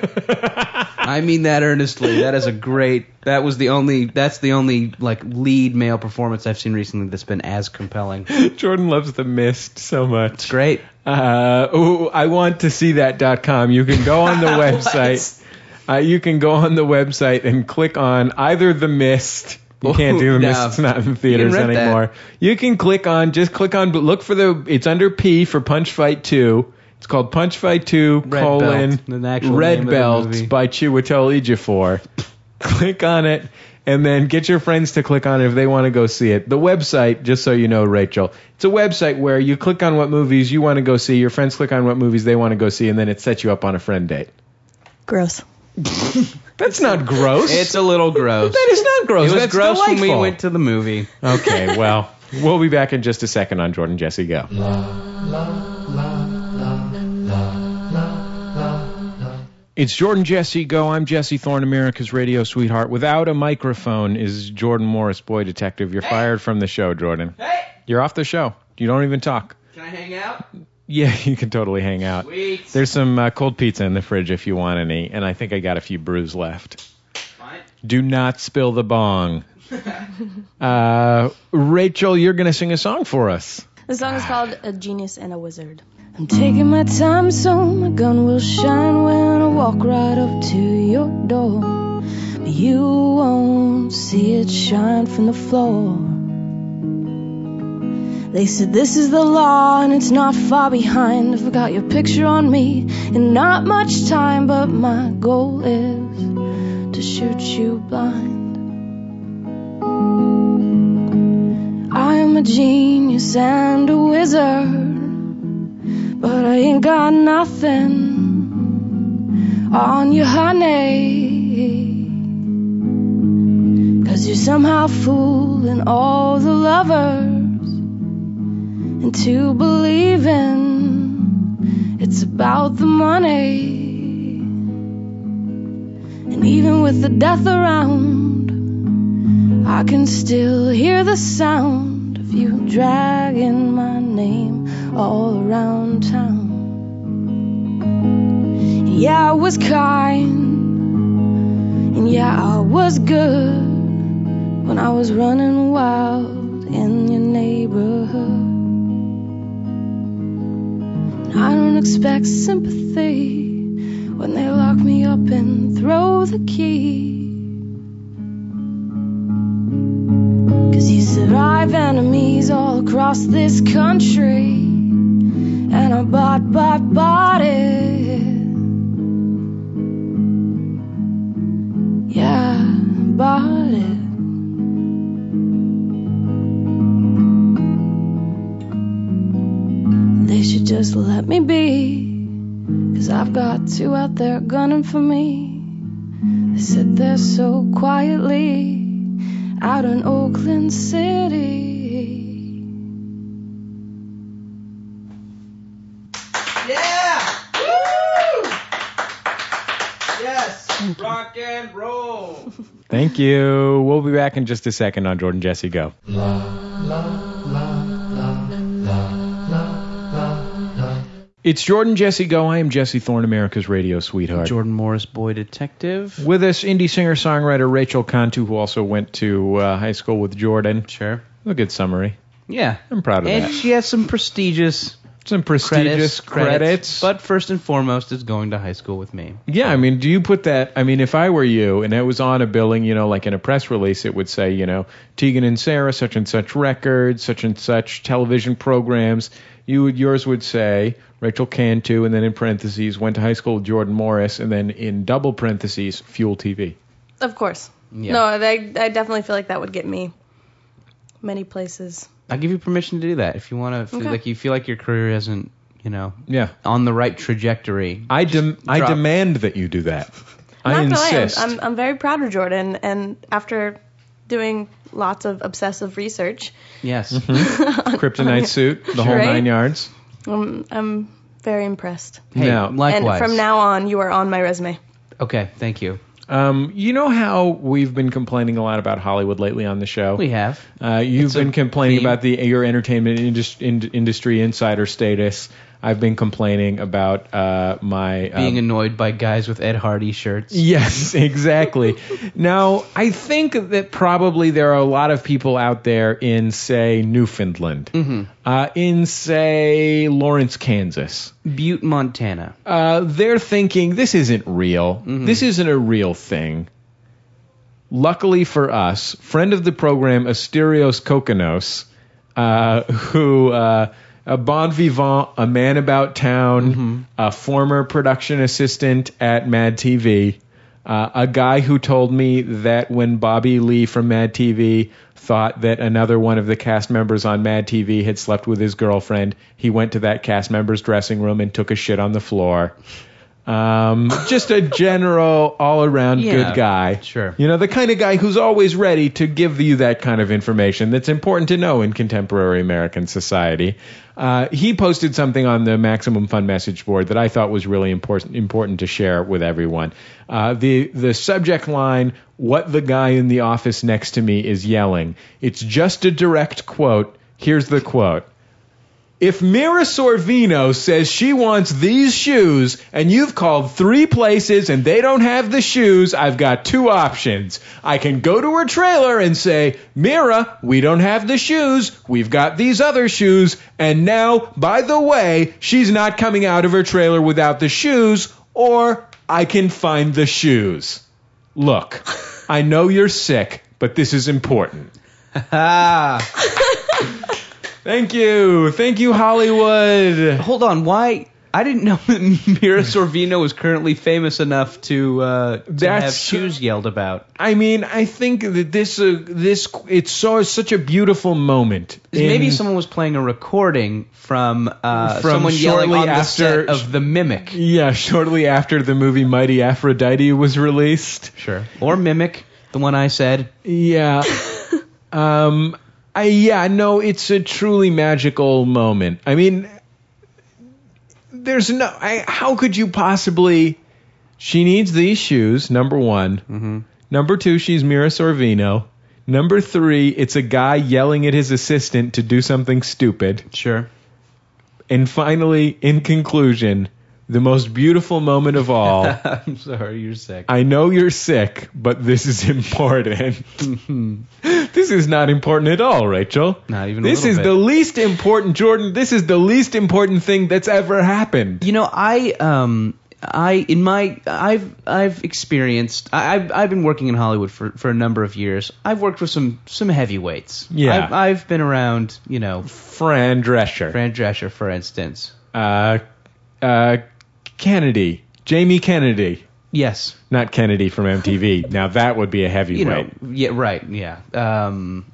I mean that earnestly. That is a great. That was the only. That's the only like lead male performance I've seen recently that's been as compelling. It's [laughs] Jordan loves The Mist so much. great. Uh, ooh, I want to see that.com. You can go [laughs] on the [laughs] website. Uh, you can go on the website and click on either The Mist. You can't do The Ooh, no. Mist. It's not in theaters rent that. anymore. You can click on, just click on, but look for the, it's under P for Punch Fight 2. It's called Punch Fight 2, Red colon, Belt, the actual name Red of the Belt movie. by Chiwetel Ejiofor. [laughs] click on it and then get your friends to click on it if they want to go see it. The website, just so you know, Rachel, it's a website where you click on what movies you want to go see, your friends click on what movies they want to go see, and then it sets you up on a friend date. Gross. That's not gross. It's a little gross. that is not gross. it was That's gross delightful. when we went to the movie. okay, well, we'll be back in just a second on Jordan Jesse Go. It's Jordan Jesse Go. I'm Jesse Thorne, America's radio sweetheart. Without a microphone is Jordan Morris, boy detective. You're fired from the show, Jordan. Hey, You're off the show. You don't even talk. can I hang out? Yeah, [laughs] you can totally hang out. Sweet. There's some uh, cold pizza in the fridge if you want any, and I think I got a few brews left. Fine. Do not spill the bong. [laughs] uh, Rachel, you're going to sing a song for us. The song is called A Genius and a Wizard. I'm taking my time so my gun will shine when I walk right up to your door. But you won't see it shine from the floor. They said this is the law and it's not far behind. I've got your picture on me and not much time, but my goal is to shoot you blind. I'm a genius and a wizard, but I ain't got nothing on you, honey. Cause you're somehow fooling all the lovers into believing it's about the money. And even with the death around, I can still hear the sound of you dragging my name all around town. And yeah, I was kind, and yeah, I was good when I was running wild in your neighborhood. And I don't expect sympathy when they lock me up and throw the key. Cause you survive enemies all across this country. And I bought, bought, bought it. Yeah, bought it. They should just let me be. Cause I've got two out there gunning for me. They sit there so quietly out in Oakland City. Yeah! Woo! Yes! Rock and roll! Thank you. We'll be back in just a second on Jordan Jesse Go. It's Jordan Jesse Go. I am Jesse Thorne, America's radio sweetheart. Jordan Morris, boy detective. With us, indie singer songwriter Rachel Cantu, who also went to uh, high school with Jordan. Sure. A good summary. Yeah. I'm proud of And that. she has some prestigious Some prestigious credits, credits. But first and foremost, is going to high school with me. Yeah, I mean, do you put that? I mean, if I were you and it was on a billing, you know, like in a press release, it would say, you know, Tegan and Sarah, such and such records, such and such television programs. You would, yours would say Rachel Cantu, and then in parentheses, went to high school with Jordan Morris, and then in double parentheses, Fuel TV. Of course. Yeah. No, I, I definitely feel like that would get me many places. I'll give you permission to do that if you want to. Okay. Like you feel like your career isn't, you know, Yeah, on the right trajectory. I dem- I drop. demand that you do that. I Not gonna lie, I'm- insist. I'm, I'm very proud of Jordan, and after doing lots of obsessive research, [laughs] Yes. [laughs] Kryptonite suit, the whole Mm-hmm. Right? nine yards. I'm, I'm very impressed. Hey, No. And likewise. from now on, you are on my resume. Okay. Thank you. Um, you know how we've been complaining a lot about Hollywood lately on the show. We have. Uh, you've It's a been complaining theme. about the your entertainment indus- in- industry insider status. I've been complaining about uh, my uh, Being annoyed by guys with Ed Hardy shirts. Yes, [laughs] exactly. now, I think that probably there are a lot of people out there in, say, Newfoundland, uh, in, say, Lawrence, Kansas, Butte, Montana. uh, they're thinking this isn't real. This isn't a real thing. Luckily for us, friend of the program Asterios Kokonos, uh, who uh, a bon vivant, a man about town, a former production assistant at Mad TV, Uh, a guy who told me that when Bobby Lee from Mad TV thought that another one of the cast members on Mad TV had slept with his girlfriend, he went to that cast member's dressing room and took a shit on the floor. Um, just a general, all around Yeah, good guy. sure. You know, the kind of guy who's always ready to give you that kind of information that's important to know in contemporary American society. Uh, he posted something on the Maximum Fun message board that I thought was really important, important to share with everyone. Uh, the, the subject line, What the guy in the office next to me is yelling. It's just a direct quote. Here's the quote. If Mira Sorvino says she wants these shoes and you've called three places and they don't have the shoes, I've got two options. I can go to her trailer and say, Mira, we don't have the shoes. We've got these other shoes. And now, by the way, she's not coming out of her trailer without the shoes. Or I can find the shoes. Look, I know you're sick, but this is [laughs] important. Ah. Thank you. Thank you, Hollywood. Hold on, why? I didn't know [laughs] that Mira Sorvino was currently famous enough to, uh, to That's- have shoes yelled about. I mean, I think that this uh, this it's so such a beautiful moment. 'Cause in- Maybe someone was playing a recording from, uh, From someone yelling on shortly after- the set of The Mimic. Yeah, [laughs] shortly after the movie Mighty Aphrodite was released. Sure. Or Mimic, the one I said. [laughs] Yeah. um I yeah, no, it's a truly magical moment. I mean there's no I how could you possibly she needs these shoes, number 1. Mm-hmm. Number 2, she's Mira Sorvino. Number 3, it's a guy yelling at his assistant to do something stupid. Sure. And finally, in conclusion, the most beautiful moment [laughs] of all. I'm sorry, you're [laughs] sick. I know you're sick, but this is [laughs] important. this is not important at all, Rachel. Not even a This little is bit. the least important, Jordan. This is the least important thing that's ever happened. You know, I um I in my I've I've experienced I I've, I've been working in Hollywood for, for a number of years. I've worked with some some heavyweights. Yeah. I've, I've been around, you know, Fran Drescher, Fran Drescher for instance. Uh, uh, Kennedy, Jamie Kennedy, Yes. not Kennedy from [laughs] MTV. now that would be a heavyweight. You know, yeah, right, yeah. Um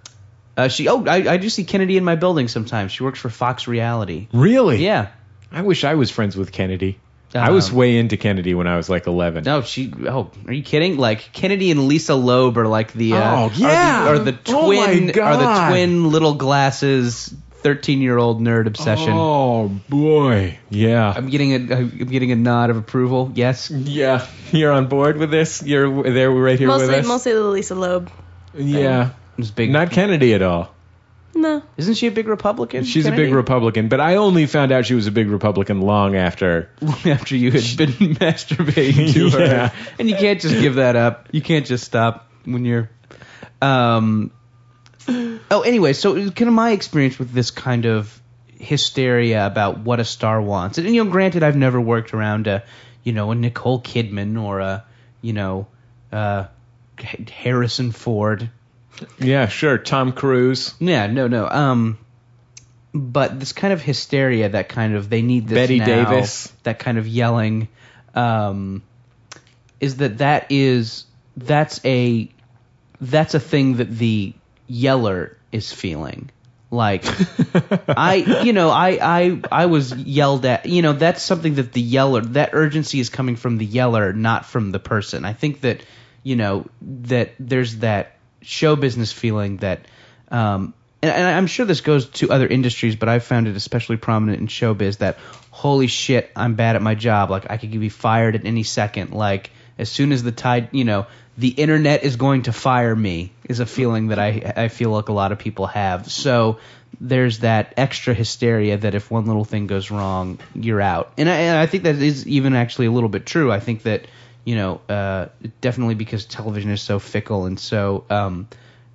uh, she oh I, I do see Kennedy in my building sometimes. She works for Fox Reality. really? Yeah. I wish I was friends with Kennedy. I was Um, way into Kennedy when I was like 11. No, she. Oh, are you kidding? Like Kennedy and Lisa Loeb are like the. Uh, Oh, are the- yeah. Are the, Oh, my twin? are the God. twin little glasses? Thirteen-year-old nerd obsession. Oh boy. Yeah. I'm getting a. I'm getting a nod of approval. Yes. Yeah, you're on board with this. You're there right here with Mostly, us. mostly the Lisa Loeb. yeah, It's big. not Kennedy at all. No. isn't she a big Republican? She's a big Kennedy? Republican, but I only found out she was a big Republican long after. [laughs] After you had been [laughs] masturbating [laughs] to Yeah. her, and you can't just give that up. You can't just stop when you're. Um. Oh, anyway, so it was kind of my experience with this kind of hysteria about what a star wants, and you know, granted, I've never worked around a, you know, a Nicole Kidman or a, you know, uh, H- Harrison Ford. Yeah, sure, Tom Cruise, Yeah, no, no. Um, but this kind of hysteria, that kind of they need this Betty now, Davis. that kind of yelling, um, is that that is that's a that's a thing that the yeller is feeling. [laughs] Like I, you know, I I I was yelled at. You know, that's something that the yeller that urgency is coming from the yeller, not from the person. I think that you know that there's that show business feeling that um, and, and I'm sure this goes to other industries, but I've found it especially prominent in showbiz that holy shit, I'm bad at my job. Like I could be fired at any second. Like as soon as the tide, you know, the internet is going to fire me is a feeling that I I feel like a lot of people have. So there's that extra hysteria that if one little thing goes wrong, you're out. And I, and I think that is even actually a little bit true. I think that you know, uh, definitely because television is so fickle and so, um,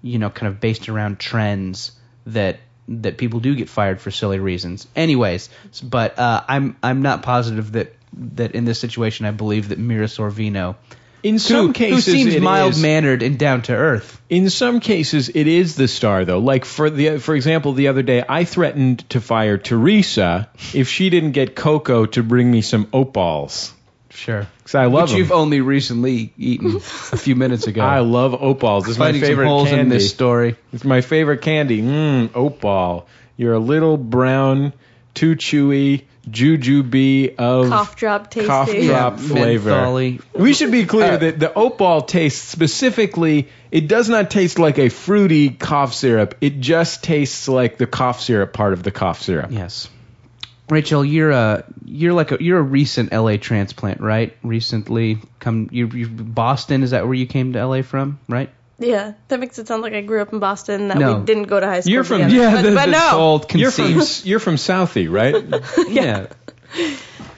you know, kind of based around trends that that people do get fired for silly reasons. Anyways, s- but uh, I'm I'm not positive that that in this situation I believe that Mira Sorvino, in some who, cases, who seems it mild is- mannered and down to earth. In some cases, it is the star, though. Like for the for example, the other day I threatened to fire Teresa if she didn't get Coco to bring me some opals. Sure. because I love Which you've them. only recently [laughs] eaten a few minutes ago. I love opals. It's my Finding some favorite holes candy. in this story. It's my favorite candy. Mmm, opal. You're a little brown, too chewy, jujube of Cough drop tasty. cough drop flavor. Mentholy. We should be clear Uh, that the opal tastes specifically, it does not taste like a fruity cough syrup. It just tastes like the cough syrup part of the cough syrup. Yes. Rachel, you're a you're like a you're a recent LA transplant, right? Recently come you, you Boston is that where you came to LA from, right? Yeah, that makes it sound like I grew up in Boston. That No. we didn't go to high school. You're from- together. Yeah, but, but no. old You're from conceit. [laughs] you're from Southie, right? [laughs] yeah.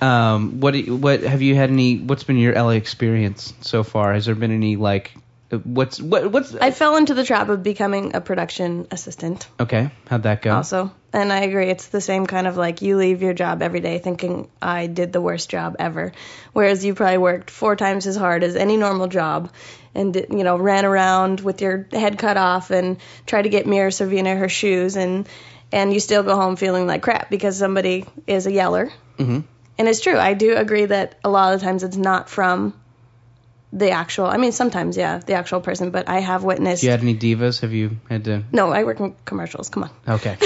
Um, what do you- what have you had any? What's been your LA experience so far? Has there been any like uh, what's what what's I fell into the trap of becoming a production assistant okay? How'd that go? also. And I agree, it's the same kind of like you leave your job every day thinking I did the worst job ever, whereas you probably worked four times as hard as any normal job, and did- you know ran around with your head cut off and tried to get Mira Servina her shoes, and and you still go home feeling like crap because somebody is a yeller. Mm-hmm. And it's true. I do agree that a lot of the times it's not from the actual. I mean, sometimes yeah, the actual person. But I have witnessed. You had any divas? Have you had to? No, I work in commercials. Come on. Okay,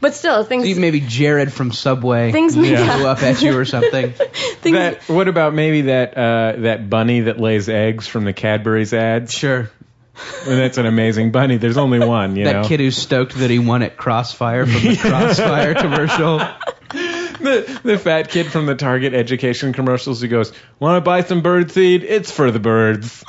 But still, things maybe Jared from Subway Things- blew yeah. up at you or something. things that what about maybe that uh, that bunny that lays eggs from the Cadbury's ads? Sure, Well, that's an amazing bunny. There's [laughs] only one, you that know. kid who's stoked that he won at Crossfire from [laughs] the Crossfire commercial. the, the fat kid from the Target education commercials who goes, "Want to buy some bird seed? It's for the birds." [laughs]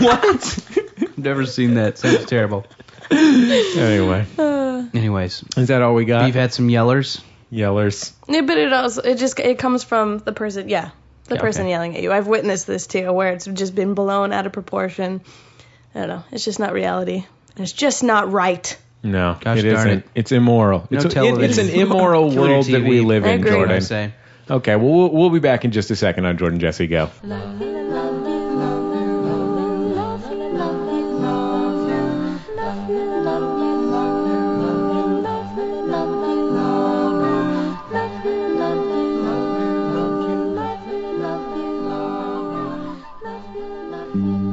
what? Never seen that. Sounds terrible. anyway, Uh, Anyways, is that all we got? you've had some yellers. Yellers. Yeah, but it also it just it comes from the person. Yeah, the Yeah, person okay. yelling at you. I've witnessed this too, where it's just been blown out of proportion. I don't know. It's just not reality. It's just not right. No, Gosh it darn isn't. it. It's immoral. No it's, a- it- it's television. an immoral Killer world that we TV. live I in, agree. I Jordan. say. Okay, well, well, we'll be back in just a second on Jordan Jesse Go.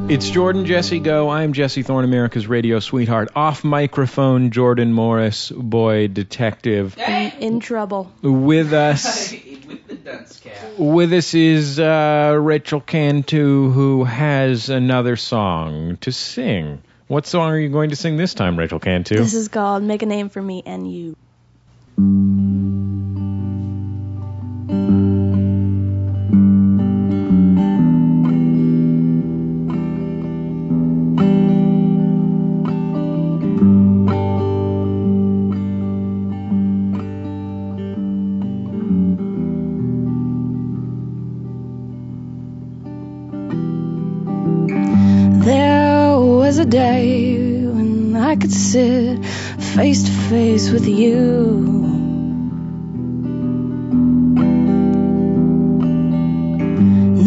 It's Jordan Jesse Go. I'm Jesse Thorne, America's radio sweetheart. Off microphone, Jordan Morris, boy detective, In trouble. with [laughs] us. With the dunce cap. With us is uh, Rachel Cantu, who has another song to sing. What song are you going to sing this time, Rachel Cantu? This is called "Make a Name for Me and You." There was a day when I could sit face to face with you.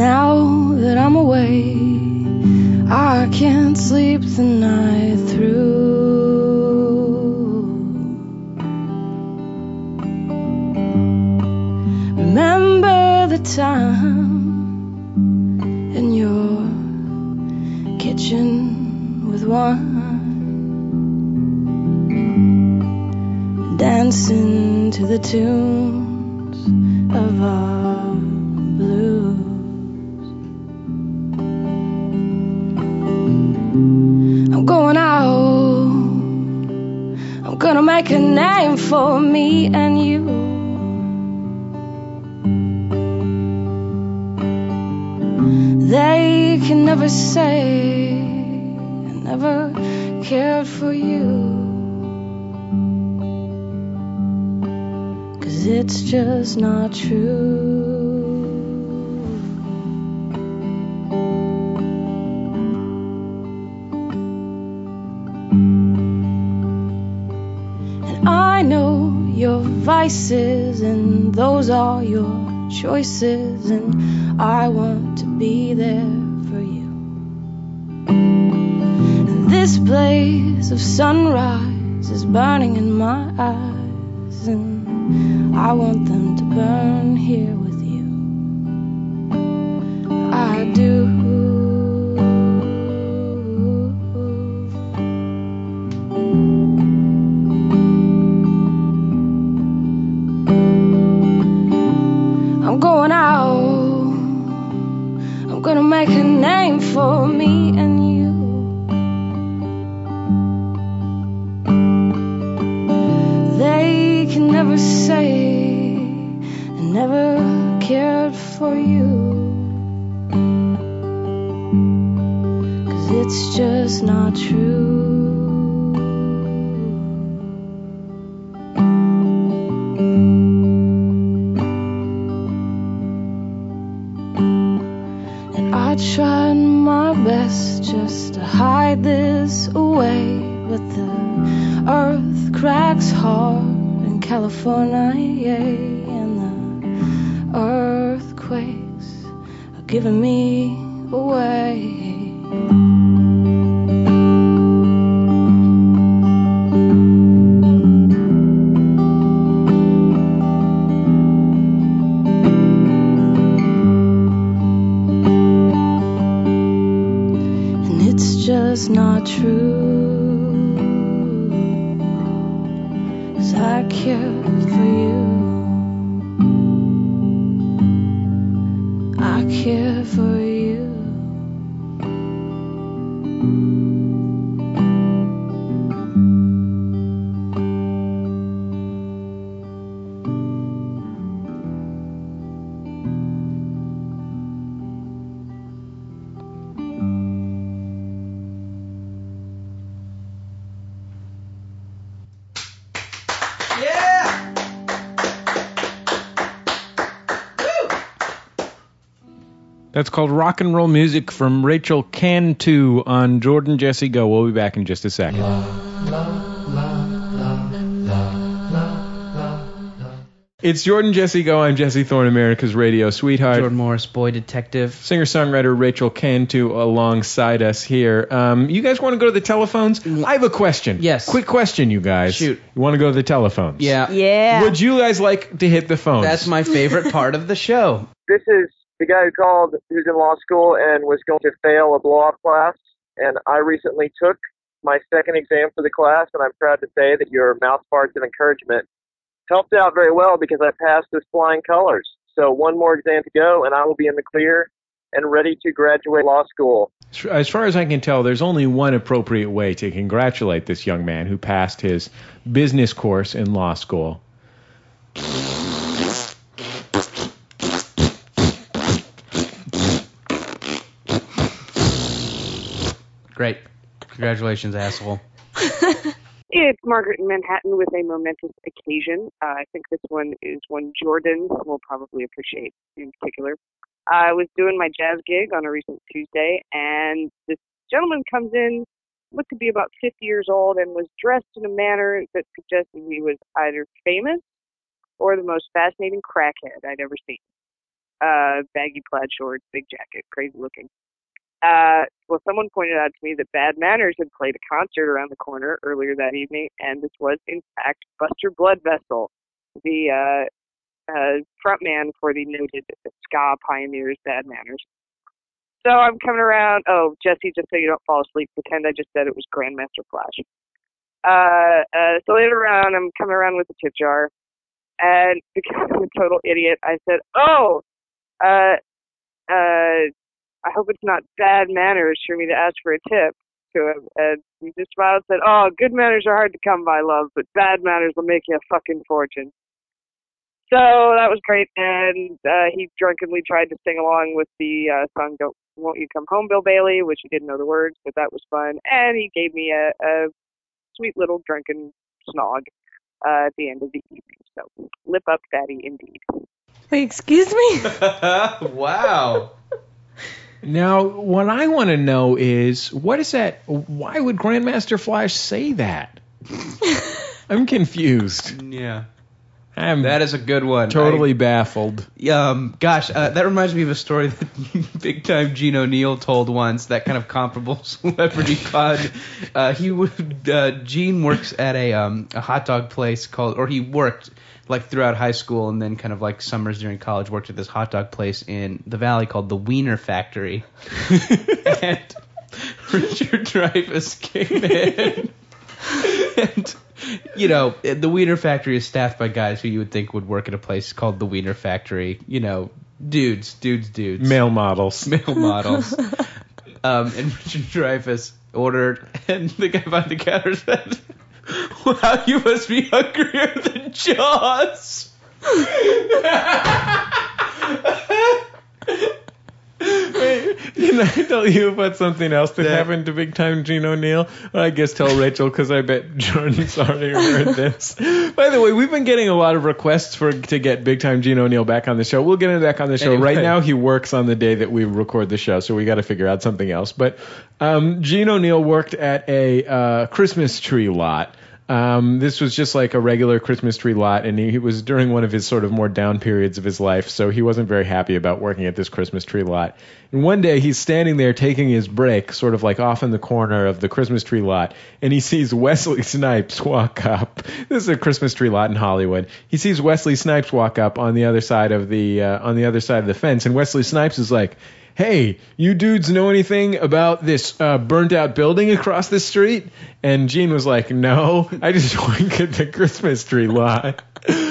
Now that I'm away, I can't sleep the night through. Remember the time in your kitchen with wine, dancing to the tunes of our blues. I'm going out, I'm gonna make a name for me and you. They can never say I never cared for you. Cause it's just not true. And I know your vices, and those are your choices, and I want to be there for you. And this blaze of sunrise is burning in my eyes, and I want them to burn here with you. I do. I'm going out. I'm gonna make a name for me and you. They can never say I never cared for you. Cause it's just not true. And I tried my best just to hide this away, but the earth cracks hard in California, and the earthquakes are giving me away. and it's just not true. Cause I care for you. I care for you. Yeah. That's called Rock and Roll Music from Rachel Cantu on Jordan Jesse Go. We'll be back in just a second. It's Jordan Jesse Go. I'm Jesse Thorne, America's radio sweetheart. Jordan Morris, boy detective. Singer songwriter Rachel Cantu alongside us here. Um, you guys want to go to the telephones? I have a question. Yes. Quick question, you guys. Shoot. You want to go to the telephones? Yeah. Yeah. Would you guys like to hit the phones? That's my favorite part of the show. this is the guy who called who's in law school and was going to fail a blow-off class and i recently took my second exam for the class and i'm proud to say that your mouth parts of encouragement helped out very well because i passed with flying colors so one more exam to go and i will be in the clear and ready to graduate law school [laughs] As far as I can tell, there's only one appropriate way to congratulate this young man who passed his business course in law school. Great. Congratulations, asshole. [laughs] It's Margaret in Manhattan with a momentous occasion. Uh, I think this one is one Jordan will probably appreciate in particular. I was doing my jazz gig on a recent Tuesday, and this gentleman comes in, looked to be about 50 years old, and was dressed in a manner that suggested he was either famous or the most fascinating crackhead I'd ever seen. Uh, baggy plaid shorts, big jacket, crazy looking uh, well, someone pointed out to me that Bad Manners had played a concert around the corner earlier that evening, and this was in fact Buster Blood Vessel, the uh, uh, frontman for the noted ska pioneers Bad Manners. So I'm coming around. Oh, Jesse, just so you don't fall asleep, pretend I just said it was Grandmaster Flash. Uh, uh, so later on, I'm coming around with a tip jar, and [laughs] because I'm a total idiot, I said, "Oh, uh, uh." I hope it's not bad manners for me to ask for a tip to him. And he just smiled and said, Oh, good manners are hard to come by, love, but bad manners will make you a fucking fortune. So that was great. And uh, he drunkenly tried to sing along with the uh, song Don't Won't You Come Home, Bill Bailey, which he didn't know the words, but that was fun. And he gave me a, a sweet little drunken snog uh, at the end of the evening. So lip up, fatty, indeed. Wait, excuse me? [laughs] wow. Now, what I want to know is what is that? Why would Grandmaster Flash say that? I'm confused. Yeah. I'm That is a good one. totally baffled. I- um, gosh, uh, that reminds me of a story [laughs] that big time Gene O'Neill told once. That kind of comparable [laughs] celebrity pod. Uh, he would uh, Gene works at a um, a hot dog place called, or he worked like throughout high school and then kind of like summers during college worked at this hot dog place in the valley called the Wiener [laughs] Factory. and Richard Dreyfuss came in. and you know, the Wiener Factory is staffed by guys who you would think would work at a place called the Wiener Factory. You know, dudes, dudes, dudes, Male models. male models. um, and Richard Dreyfuss ordered, and the guy behind the counter said, "Wow, you must be hungrier than Jaws." Can I tell you about something else that happened to big time Gene O'Neill? Well, I guess tell Rachel because I bet Jordan's [laughs] already heard this. By the way, we've been getting a lot of requests for to get big time Gene O'Neill back on the show. We'll get him back on the show. Anyway. Right now, he works on the day that we record the show, so we got to figure out something else. But um, Gene O'Neill worked at a uh, Christmas tree lot. Um, this was just like a regular Christmas tree lot, and he, he was during one of his sort of more down periods of his life, so he wasn't very happy about working at this Christmas tree lot. And one day he's standing there taking his break, sort of like off in the corner of the Christmas tree lot, and he sees Wesley [laughs] Snipes walk up. This is a Christmas tree lot in Hollywood. He sees Wesley Snipes walk up on the other side of the uh, on the other side of the fence, and Wesley Snipes is like, hey, you dudes know anything about this uh, burnt out building across the street? And Gene was like, no, [laughs] I just work at the Christmas tree lot.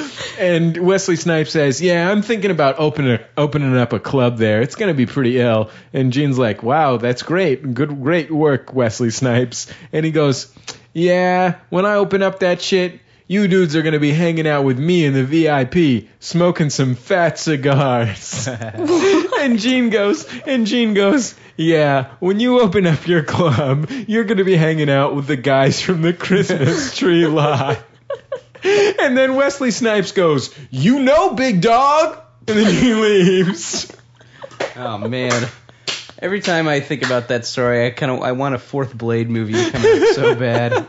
[laughs] and Wesley Snipes says, yeah, I'm thinking about opening opening up a club there. It's going to be pretty ill. And Gene's like, wow, that's great. Good, great work, Wesley Snipes. And he goes, yeah, when I open up that shit, you dudes are going to be hanging out with me in the VIP, smoking some fat cigars. and Gene goes, and Gene goes, yeah, when you open up your club, you're going to be hanging out with the guys from the Christmas tree lot. and then Wesley Snipes goes, you know, big dog. And then he leaves. Oh man. Every time I think about that story, I kind of I want a fourth Blade movie to come out so bad.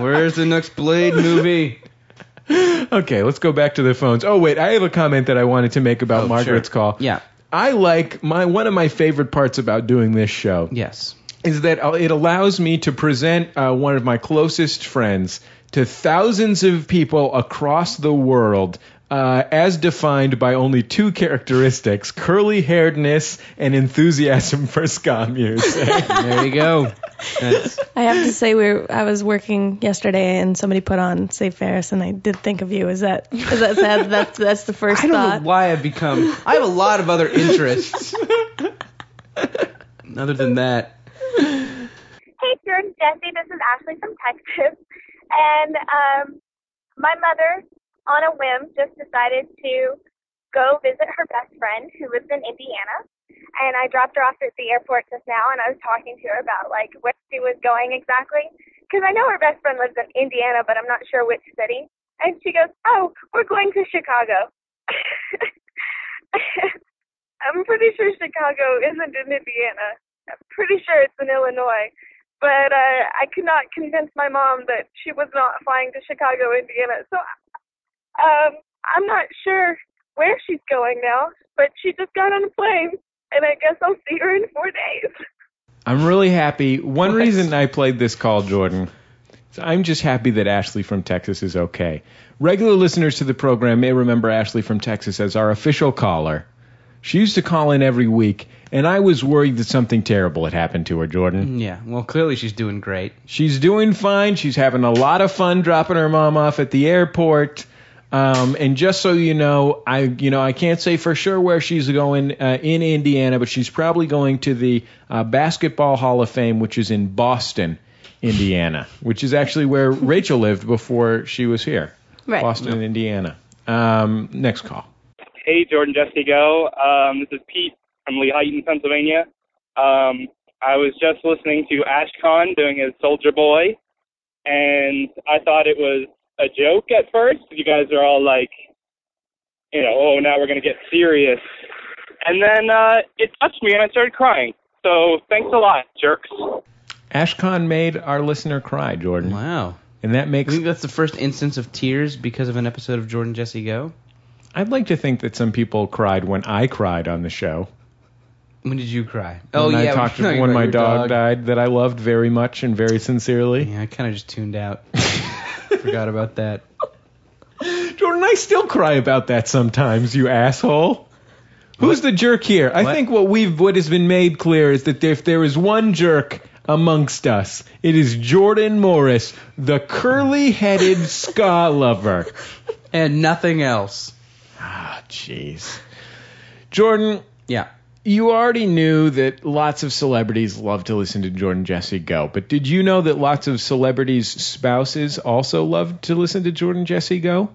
Where's the next Blade movie? [laughs] Okay, let's go back to the phones. Oh, wait, I have a comment that I wanted to make about Oh, Margaret's sure. call. Yeah. I like my one of my favorite parts about doing this show Yes. is that uh, it allows me to present uh, one of my closest friends to thousands of people across the world. Uh, as defined by only two characteristics curly hairedness and enthusiasm for ska music. There you go. That's, I have to say, we were, I was working yesterday and somebody put on Save Ferris, and I did think of you. Is that is that sad? that [laughs] that's that's the first I don't thought. know why I've become. I have a lot of other interests. [laughs] Other than that, [laughs] Hey, Jordan, Jesse, this is Ashley from Texas. And um, my mother, on a whim, just decided to go visit her best friend who lives in Indiana. And I dropped her off at the airport just now, and I was talking to her about like where she was going exactly, because I know her best friend lives in Indiana, but I'm not sure which city. And she goes, "Oh, we're going to Chicago." [laughs] I'm pretty sure Chicago isn't in Indiana. I'm pretty sure it's in Illinois. But uh, I could not convince my mom that she was not flying to Chicago, Indiana. So um, I'm not sure where she's going now, but she just got on a plane, and I guess I'll see her in four days. I'm really happy. One What? reason I played this call, Jordan, is I'm just happy that Ashley from Texas is okay. Regular listeners to the program may remember Ashley from Texas as our official caller. She used to call in every week, and I was worried that something terrible had happened to her, Jordan. yeah. Well, clearly she's doing great. She's doing fine. She's having a lot of fun dropping her mom off at the airport. Um, and just so you know, I you know I can't say for sure where she's going uh, in Indiana, but she's probably going to the uh, Basketball Hall of Fame, which is in Boston, Indiana, which is actually where Rachel lived before she was here. Right. Boston, Indiana. Um, next call. Hey, Jordan, Jesse, go. Um, this is Pete from Lehighton, Pennsylvania. Um, I was just listening to Ashcon doing his Soldier Boy, and I thought it was a joke at first. You guys are all like, you know, oh, now we're going to get serious. And then uh, it touched me, and I started crying. So thanks a lot, jerks. Ashcon made our listener cry, Jordan. Wow. and that I makes think that's the first instance of tears because of an episode of Jordan Jesse Go. I'd like to think that some people cried when I cried on the show. When did you cry? when I [laughs] talked talking when about my your dog, died that I loved very much and very sincerely. Yeah, I kind of just tuned out. [laughs] Forgot about that. Jordan, I still cry about that sometimes, you asshole. Who's the jerk here? I What? think what we've what has been made clear is that if there is one jerk amongst us, it is Jordan Morris, the curly-headed [laughs] ska lover. And nothing else. Ah, jeez. Jordan, Yeah. you already knew that lots of celebrities love to listen to Jordan Jesse Go, but did you know that lots of celebrities' spouses also love to listen to Jordan Jesse Go?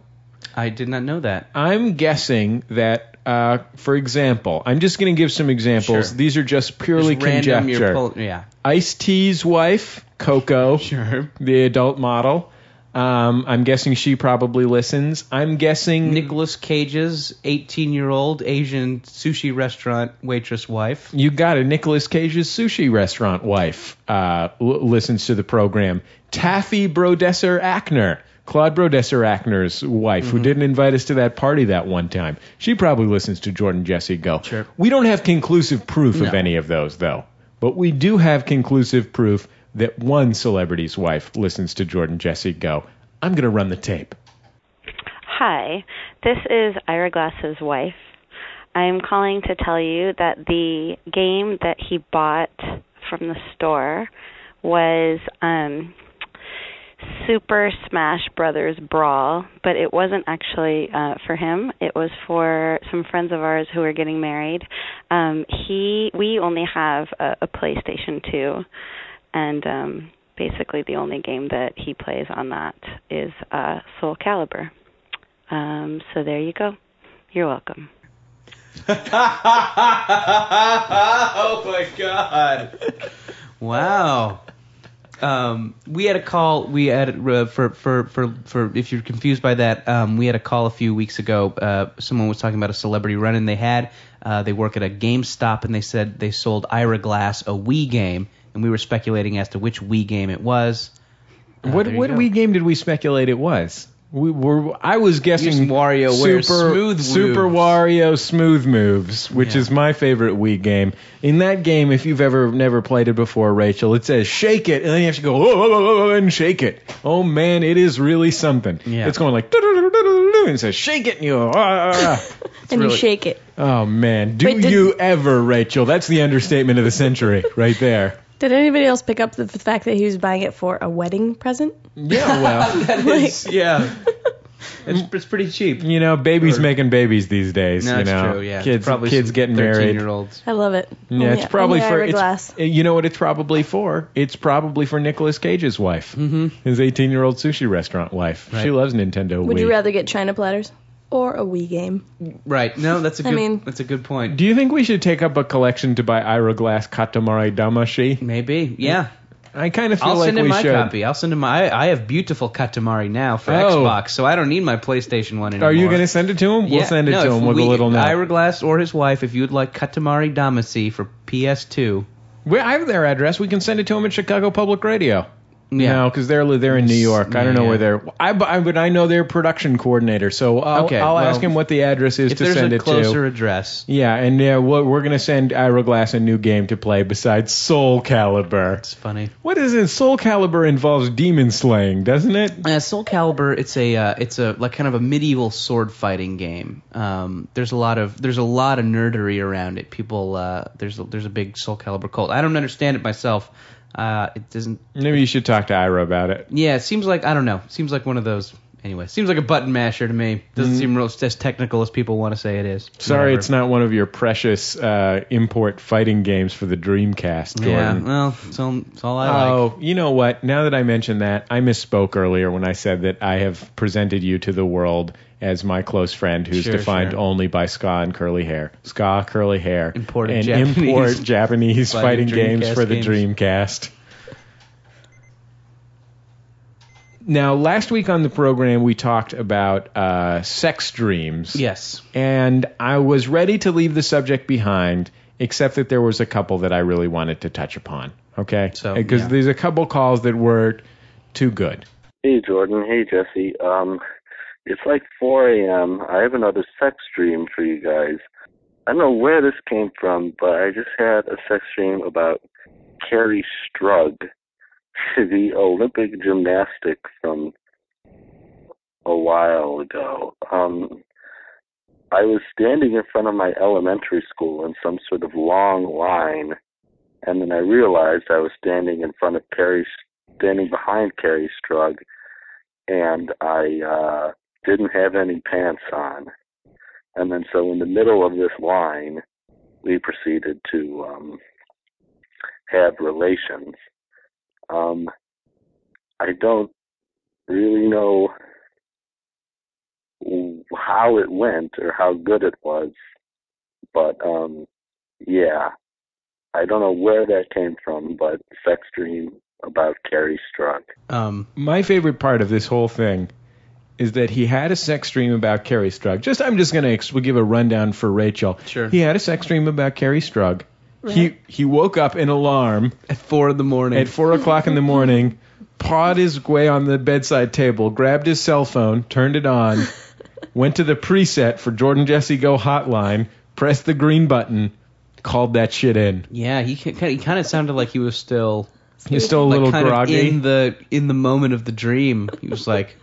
I did not know that. I'm guessing that, uh, for example, I'm just going to give some examples. Sure. These are just purely Just random, you're conjecture. pull- yeah. Ice T's wife, Coco, Sure. the adult model. Um, I'm guessing she probably listens. I'm guessing Nicholas Cage's 18-year-old Asian sushi restaurant waitress wife. you got a Nicolas Cage's sushi restaurant wife uh, l- listens to the program. Taffy Brodesser Ackner, Claude Brodesser Ackner's wife, Mm-hmm. who didn't invite us to that party that one time. She probably listens to Jordan Jesse Go. Sure. We don't have conclusive proof of No. any of those, though. But we do have conclusive proof that one celebrity's wife listens to Jordan Jesse Go. I'm going to run the tape. Hi, this is Ira Glass's wife. I am calling to tell you that the game that he bought from the store was um Super Smash Brothers Brawl, but it wasn't actually uh for him. It was for some friends of ours who are getting married. Um he we only have a, a PlayStation 2 and um basically the only game that he plays on that is uh Soul Calibur. Um, so there you go. You're welcome. [laughs] oh my god! Wow. Um, we had a call. We had uh, for for for for if you're confused by that, um, we had a call a few weeks ago. Uh, someone was talking about a celebrity run-in they had. Uh, they work at a GameStop, and they said they sold Ira Glass a Wii game, and we were speculating as to which Wii game it was. Uh, what there you what go. Wii game did we speculate it was? We were I was guessing Used WarioWare Super Smooth Super Moves. Wario Smooth Moves, which Yeah. is my favorite Wii game. In that game, if you've ever never played it before, Rachel, it says shake it, and then you have to go "Whoa, whoa, whoa, whoa," and shake it. Oh man, it is really something. Yeah. It's going like "Do-do-do-do-do-do," and it says shake it, and you go. "Ah, [laughs] ah, ah." and really- you shake it. oh man, do Wait, did- you ever, Rachel? That's the understatement of the century, right there. Did anybody else pick up the f- fact that he was buying it for a wedding present? [laughs] [laughs] Yeah, well. That is- yeah. It's, it's pretty cheap. You know, babies Or- making babies these days. No, you that's know, true. Yeah, kids, probably kids some getting married. Year olds. I love it. Yeah, it's probably only for Ira it's, eh, glass. you know what it's probably for. It's probably for Nicolas Cage's wife, mm-hmm. his 18-year-old sushi restaurant wife. She Right. loves Nintendo Would Wii. you rather get China platters or a Wii game? Right. No, that's a I good. mean- that's a good point. Do you think we should take up a collection to buy Ira Glass Katamari Damashi? Maybe. Yeah. I kind of feel I'll like send him we my should. copy. I'll send him my. I, I have beautiful Katamari now for Oh. Xbox, so I don't need my PlayStation one anymore. Are you going to send it to him? Yeah, We'll send it no, to if him with we, a little note. Ira Glass or his wife, if you'd like Katamari Damacy for PS2. We- I have their address. We can send it to him at Chicago Public Radio. Yeah. No, because they're they're in New York. I don't know Yeah. where they're. I, bu- I but I know their production coordinator, so I'll, Okay, I'll well, ask him what the address is If to there's send a it closer to. address, Yeah, and yeah, we're, we're gonna send Ira Glass a new game to play besides Soul Calibur. it's funny. What is it? Soul Calibur involves demon slaying, doesn't it? Uh, Soul Calibur, it's a uh, it's a like kind of a medieval sword fighting game. Um, there's a lot of there's a lot of nerdery around it. People uh, there's a, there's a big Soul Calibur cult. I don't understand it myself. Uh, it doesn't Maybe you should talk to Ira about it. Yeah, it seems like I don't know. Seems like one of those. Anyway, seems like a button masher to me. Doesn't seem real as technical as people want to say it is. Mm-hmm. Sorry, it's not one of your precious uh, import fighting games for the Dreamcast, Jordan. Yeah, well, it's all, it's all I like. Oh, you know what? Now that I mentioned that, I misspoke earlier when I said that I have presented you to the world as my close friend who's Sure, defined sure. only by ska and curly hair. Ska, curly hair, Imported and Japanese- import [laughs] Japanese fighting fighting games Dreamcast for the games. Dreamcast. Now, last week on the program, we talked about uh, sex dreams Yes. and I was ready to leave the subject behind, except that there was a couple that I really wanted to touch upon. Okay, So, because yeah. there's a couple calls that were too good. Hey Jordan, hey Jesse. Um, it's like 4 a.m. I have another sex dream for you guys. I don't know where this came from, but I just had a sex dream about Carrie Strug, [laughs] the Olympic gymnastic from a while ago. Um, I was standing in front of my elementary school in some sort of long line, and then I realized I was standing in front of Carrie, standing behind Carrie Strug, and I uh, didn't have any pants on. And then, so in the middle of this line, we proceeded to um, have relations. Um, I don't really know how it went or how good it was, but um, yeah, I don't know where that came from, but sex dream about Carrie Strug. Um, My favorite part of this whole thing is that he had a sex dream about Carrie Strug. Just I'm just gonna ex- we'll give a rundown for Rachel. Sure. He had a sex dream about Carrie Strug. He he woke up in alarm At four in the morning. at four o'clock in the morning, pawed his way on the bedside table, grabbed his cell phone, turned it on, went to the preset for Jordan Jesse Go hotline, pressed the green button, called that shit in. yeah, he kind of, he kind of sounded like he was still He's still a like, little kind of groggy. in the in the moment of the dream. He was like,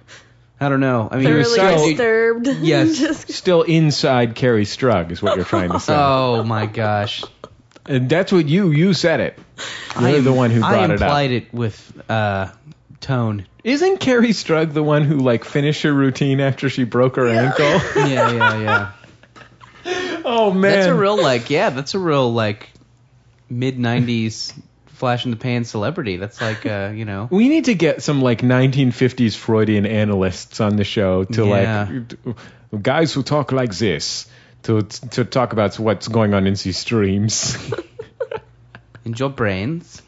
I don't know. I mean, he was Thoroughly so- disturbed. Yes. [laughs] Just- Still inside Carrie Strug is what you're trying to say. [laughs] Oh my gosh. And that's what you you said it. You're I- the one who I brought it up. implied it with uh, tone. Isn't Carrie Strug the one who like finished her routine after she broke her ankle? [laughs] Yeah, yeah, yeah. oh man, That's a real like, yeah, that's a real like mid '90s flash in the pan celebrity. That's like, uh, you know, We need to get some like 1950s Freudian analysts on the show to Yeah. like t- guys who talk like this to to talk about what's going on in these dreams. in your brains,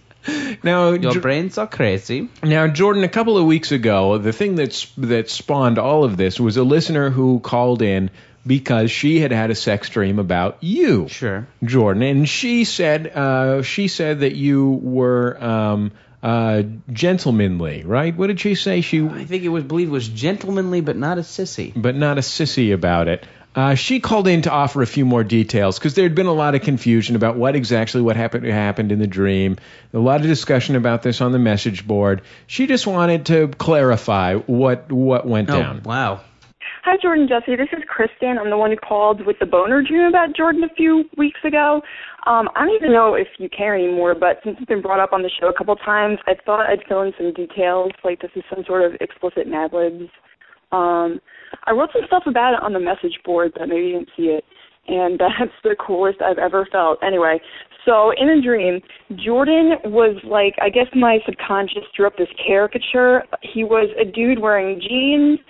now, your Jor- brains are crazy. now Jordan, a couple of weeks ago, the thing that sp- that spawned all of this was a listener who called in because she had had a sex dream about you. Sure. Jordan, and she said uh, she said that you were um, uh, gentlemanly, right? What did she say? She I think it was believed was gentlemanly, but not a sissy. but not a sissy about it. Uh, she called in to offer a few more details because there had been a lot of confusion about what exactly what happened happened in the dream. A lot of discussion about this on the message board. She just wanted to clarify what what went down. Oh wow. Hi, Jordan Jesse. This is Kristen. I'm the one who called with the boner dream about Jordan a few weeks ago. Um, I don't even know if you care anymore, but since it's been brought up on the show a couple times, I thought I'd fill in some details. Like this is some sort of explicit Mad Libs. Um, I wrote some stuff about it on the message board, but maybe you didn't see it. And [laughs] that's the coolest I've ever felt. Anyway, so in a dream, Jordan was like, I guess my subconscious drew up this caricature. He was a dude wearing jeans,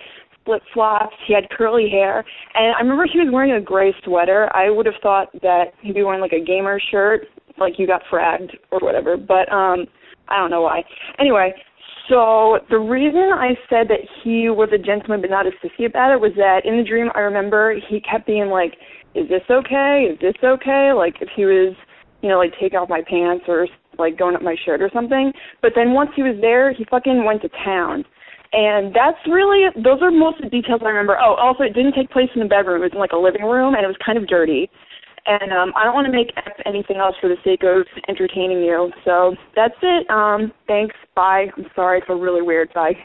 flip flops. He had curly hair, and I remember he was wearing a gray sweater. I would have thought that he'd be wearing like a gamer shirt, like you got fragged or whatever. But um, I don't know why. Anyway, so the reason I said that he was a gentleman but not a sissy about it was that in the dream I remember he kept being like, "Is this okay? Is this okay?" Like if he was, you know, like taking off my pants or like going up my shirt or something. But then once he was there, he fucking went to town. And that's really those are most of the details I remember. Oh, also it didn't take place in the bedroom. It was in like a living room and it was kind of dirty. And um I don't want to make up anything else for the sake of entertaining you. So that's it. Um thanks. Bye. I'm sorry. I feel really weird. Bye.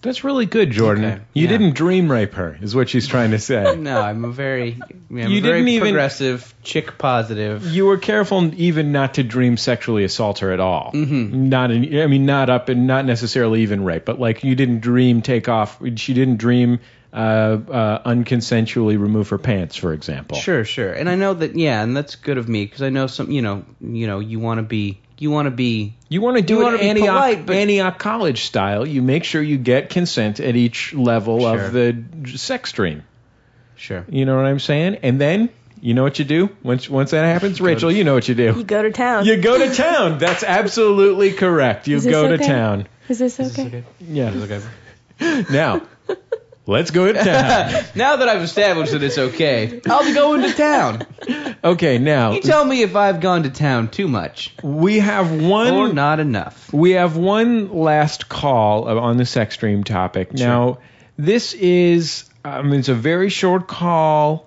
That's really good, Jordan. Okay, You yeah. didn't dream rape her, is what she's trying [laughs] to say. No, I'm a very, I'm a You very didn't even- progressive, chick positive. you were careful even not to dream sexually assault her at all. Mm-hmm. Not, in, I mean, not up and not necessarily even rape, but like you didn't dream take off. She didn't dream uh, uh, unconsensually remove her pants, for example. Sure, sure. And I know that, yeah, and that's good of me because I know some, you know, you know, you want to be, you want to be You want to do You it wanna be Antioch, polite, but- Antioch College style. You make sure you get consent at each level Sure. of the d- sex dream. sure. You know what I'm saying? And then you know what you do once once that happens, Rachel. You know what you You do. go to town. You [laughs] go to town. That's absolutely correct. You this go to okay? town. Is this okay? Yeah. Now, Let's go to town. [laughs] now that I've established that it's okay, I'll go into town. [laughs] okay, now You tell me if I've gone to town too much. we have one Or not enough. We have one last call on the sex stream topic. Now, this is I mean it's a very short call,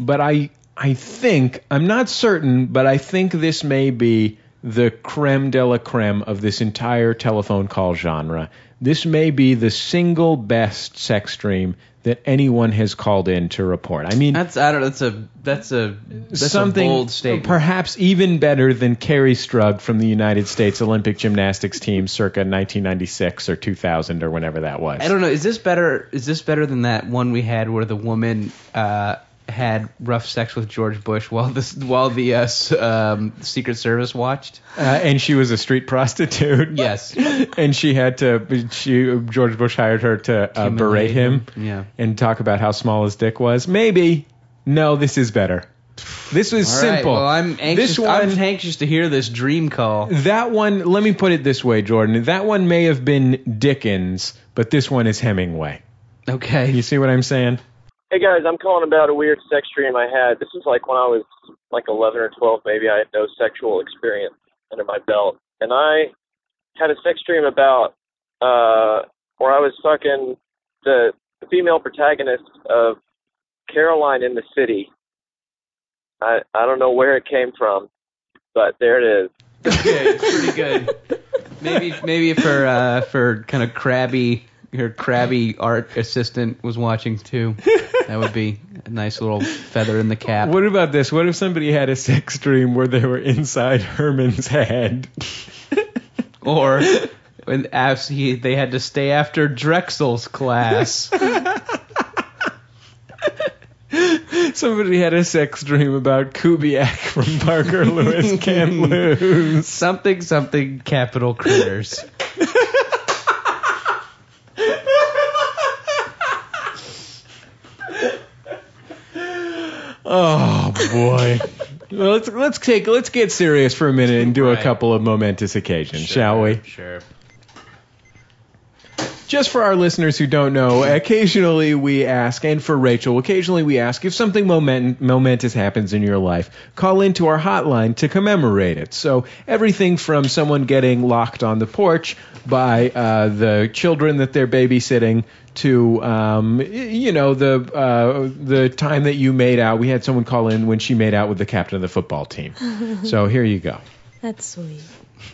but I I think I'm not certain, but I think this may be the creme de la creme of this entire telephone call genre. This may be the single best sex stream that anyone has called in to report. I mean, That's I don't. That's a that's a that's something a bold statement. perhaps even better than Carrie Strug from the United States Olympic gymnastics team circa 1996 or 2000 or whenever that was. I don't know. Is this better? Is this better than that one we had where the woman uh, had rough sex with George Bush while this while the uh, s- um, Secret Service watched? Uh, and she was a street [laughs] prostitute. [laughs] Yes. and she had to. She George Bush hired her to uh, berate him Yeah. and talk about how small his dick was. Maybe. No, this is better. This was All right, simple. well, I'm anxious. This one- I'm anxious to hear this dream call. That one, let me put it this way, Jordan. That one may have been Dickens, but this one is Hemingway. Okay. You see what I'm saying? Hey guys, I'm calling about a weird sex dream I had. This was like when I was like 11 or 12, maybe. I had no sexual experience under my belt, and I had a sex dream about uh, where I was fucking the, the female protagonist of Caroline in the City. I I don't know where it came from, but there it is. Okay, pretty good. Maybe maybe if her uh, if her kind of crabby her crabby art assistant was watching too, that would be a nice little feather in the cap. What about this? What if somebody had a sex dream where they were inside [laughs] Herman's head? Or when as he, they had to stay after Drexel's class. [laughs] Somebody had a sex dream about Kubiak from Parker Lewis Can't [laughs] Lose. something something capital critters. [laughs] Oh boy. Well, let's let's take let's get serious for a minute and do a Right. couple of momentous occasions, shall we? Sure. Just for our listeners who don't know, occasionally we ask, and for Rachel, occasionally we ask if something moment, momentous happens in your life, call into our hotline to commemorate it. So everything from someone getting locked on the porch by uh, the children that they're babysitting to um, y- you know the uh, the time that you made out. We had someone call in when she made out with the captain of the football team. so here you go. That's sweet.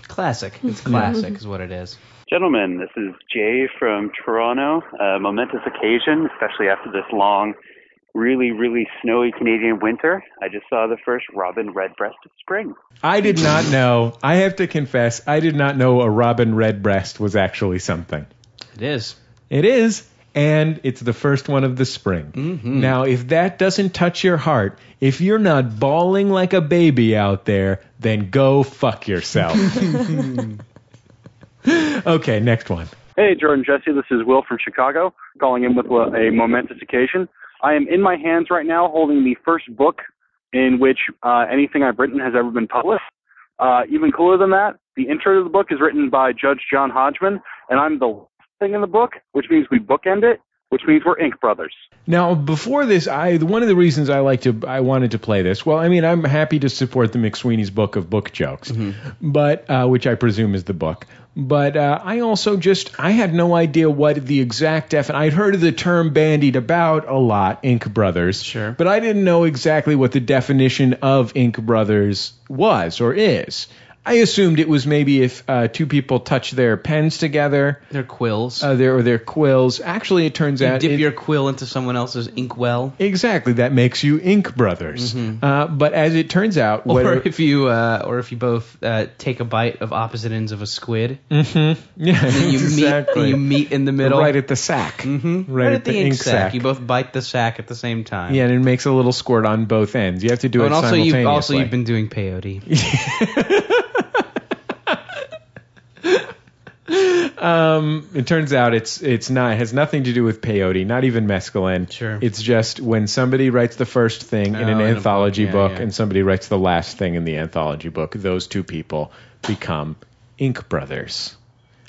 Classic. It's classic is what it is. Gentlemen, this is Jay from Toronto. A momentous occasion, especially after this long, really, really snowy Canadian winter. I just saw the first robin redbreast of spring. I did not know. I have to confess, I did not know a robin redbreast was actually something. It is. It is, and it's the first one of the spring. Now, if that doesn't touch your heart, if you're not bawling like a baby out there, then go fuck [laughs] yourself. [laughs] okay, next one. Hey, Jordan Jesse, this is Will from Chicago, calling in with a momentous occasion. I am in my hands right now holding the first book in which uh, anything I've written has ever been published. Uh, even cooler than that, the intro to the book is written by Judge John Hodgman, and I'm the last thing in the book, which means we bookend it, which means we're Ink Brothers. Now, before this, I one of the reasons I like to I wanted to play this. Well, I mean, I'm happy to support the McSweeney's book of book jokes, Mm-hmm. but uh, which I presume is the book. But uh, I also just I had no idea what the exact def. I'd heard of the term bandied about a lot, Ink Brothers, sure, but I didn't know exactly what the definition of Ink Brothers was or is. I assumed it was maybe if uh, two people touch their pens together, Their quills. uh, their or their quills. Actually, it turns You out dip it- your quill into someone else's inkwell. Exactly. That makes you Ink Brothers. Mm-hmm. Uh, but as it turns out, Or whether. if you uh, or if you both uh, take a bite of opposite ends of a [laughs] squid. Mm-hmm. Yeah, And you exactly. meet and you meet in the middle. Right at the sack. Mm-hmm. Right, at the, ink sack. sack. You both bite the sack at the same time. Yeah, and it makes a little squirt on both ends. You have to do Oh, it and also simultaneously. you've also you've been doing [laughs] peyote. Um, it turns out it's it's not it has nothing to do with peyote, not even mescaline. Sure. It's just when somebody writes the first thing in Oh, an in a book, anthology yeah, book, yeah. and somebody writes the last thing in the anthology book, those two people become Ink Brothers.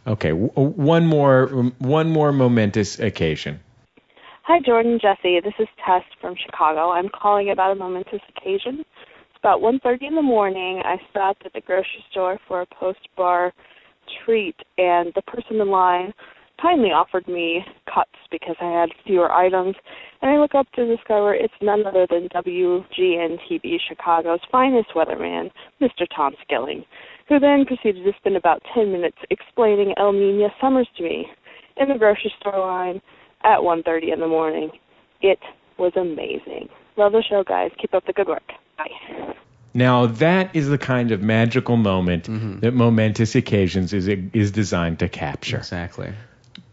Okay, w- one more one more momentous occasion. Hi, Jordan, Jesse. This is Tess from Chicago. I'm calling about a momentous occasion. It's about 1.30 in the morning. I stopped at the grocery store for a post-bar treat, and the person in line kindly offered me cups because I had fewer items. And I look up to discover it's none other than WGN TV Chicago's finest weatherman, Mr. Tom Skilling, who then proceeded to spend about 10 minutes explaining El Nino summers to me in the grocery store line at 1.30 in the morning. It was amazing. Love the show, guys. Keep up the good work. Bye. Now that is the kind of magical moment that momentous occasions is is designed to capture. Exactly.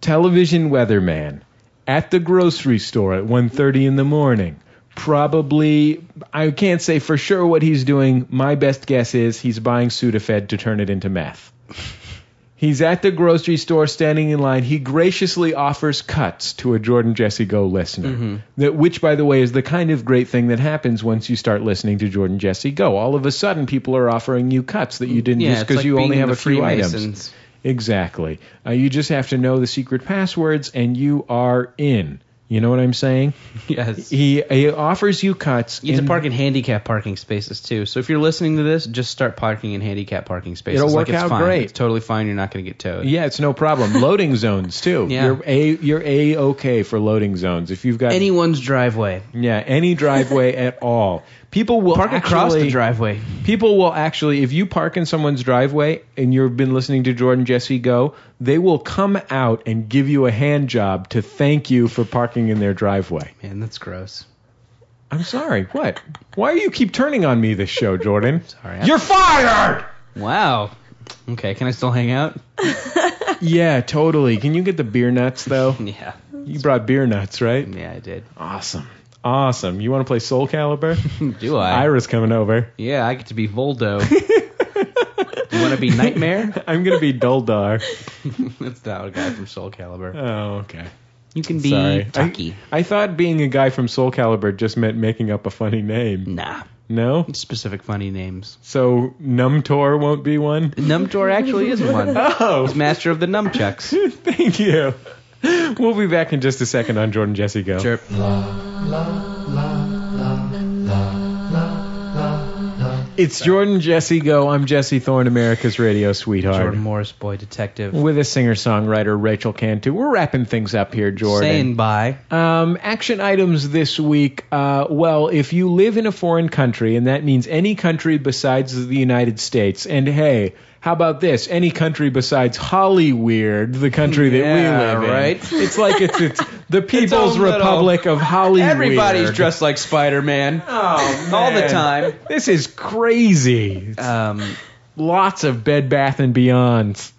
Television weatherman at the grocery store at 1:30 in the morning. Probably I can't say for sure what he's doing. My best guess is he's buying Sudafed to turn it into meth. He's at the grocery store standing in line. He graciously offers cuts to a Jordan Jesse Go listener. That, which, by the way, is the kind of great thing that happens once you start listening to Jordan Jesse Go. All of a sudden, people are offering you cuts that you didn't Yeah, use it's because like you being only in have the a few items. Freemasons. Exactly. Uh, you just have to know the secret passwords, and you are in. You know what I'm saying? [laughs] Yes. He, he offers you cuts. You have in- to park in handicap parking spaces too. So if you're listening to this, just start parking in handicap parking spaces. It'll Like, work it's out fine. great. It's totally fine. You're not going to get towed. [laughs] Yeah, it's no problem. Loading zones too. Yeah. You're a you're a okay for loading zones if you've got anyone's driveway. Yeah, any driveway at all. People will Park actually, across the driveway. People will actually if you park in someone's driveway and you've been listening to Jordan Jesse go, they will come out and give you a hand job to thank you for parking in their driveway. Man, that's gross. I'm sorry. What? Why do you keep turning on me this [laughs] show, Jordan? sorry. I'm- You're fired. Wow. Okay, can I still hang out? yeah, totally. Can you get the beer nuts though? [laughs] yeah. You brought beer nuts, right? Yeah, I did. Awesome. Awesome. You want to play Soul Calibur? Do I? Ira's coming over. Yeah, I get to be [laughs] Voldo. [laughs] you want to be Nightmare? I'm gonna be Doldar. [laughs] that's not a guy from Soul Calibur. Oh, okay. You can be Sorry. Tucky. I, I thought being a guy from Soul Calibur just meant making up a funny name. Nah. No? Specific funny names. So Numtor won't be one? Numtor actually is one. [laughs] Oh. He's master of the nunchucks. [laughs] Thank you. We'll be back in just a second on Jordan Jesse Go. Sure. It's Jordan Jesse Go. I'm Jesse Thorne, America's radio sweetheart. Jordan Morris, boy detective. With a singer songwriter, Rachel Cantu. We're wrapping things up here, Jordan. Saying bye. Um, action items this week. Uh, well, if you live in a foreign country, and that means any country besides the United States, and hey, how about this? Any country besides Hollyweird, the country that Yeah, we live Uh, right? in. It's like it's, [laughs] it's the People's own little- Republic of Hollyweird. Everybody's dressed like Spider Man. Oh, All the man. time. This is crazy. Um, Lots of Bed Bath and Beyonds.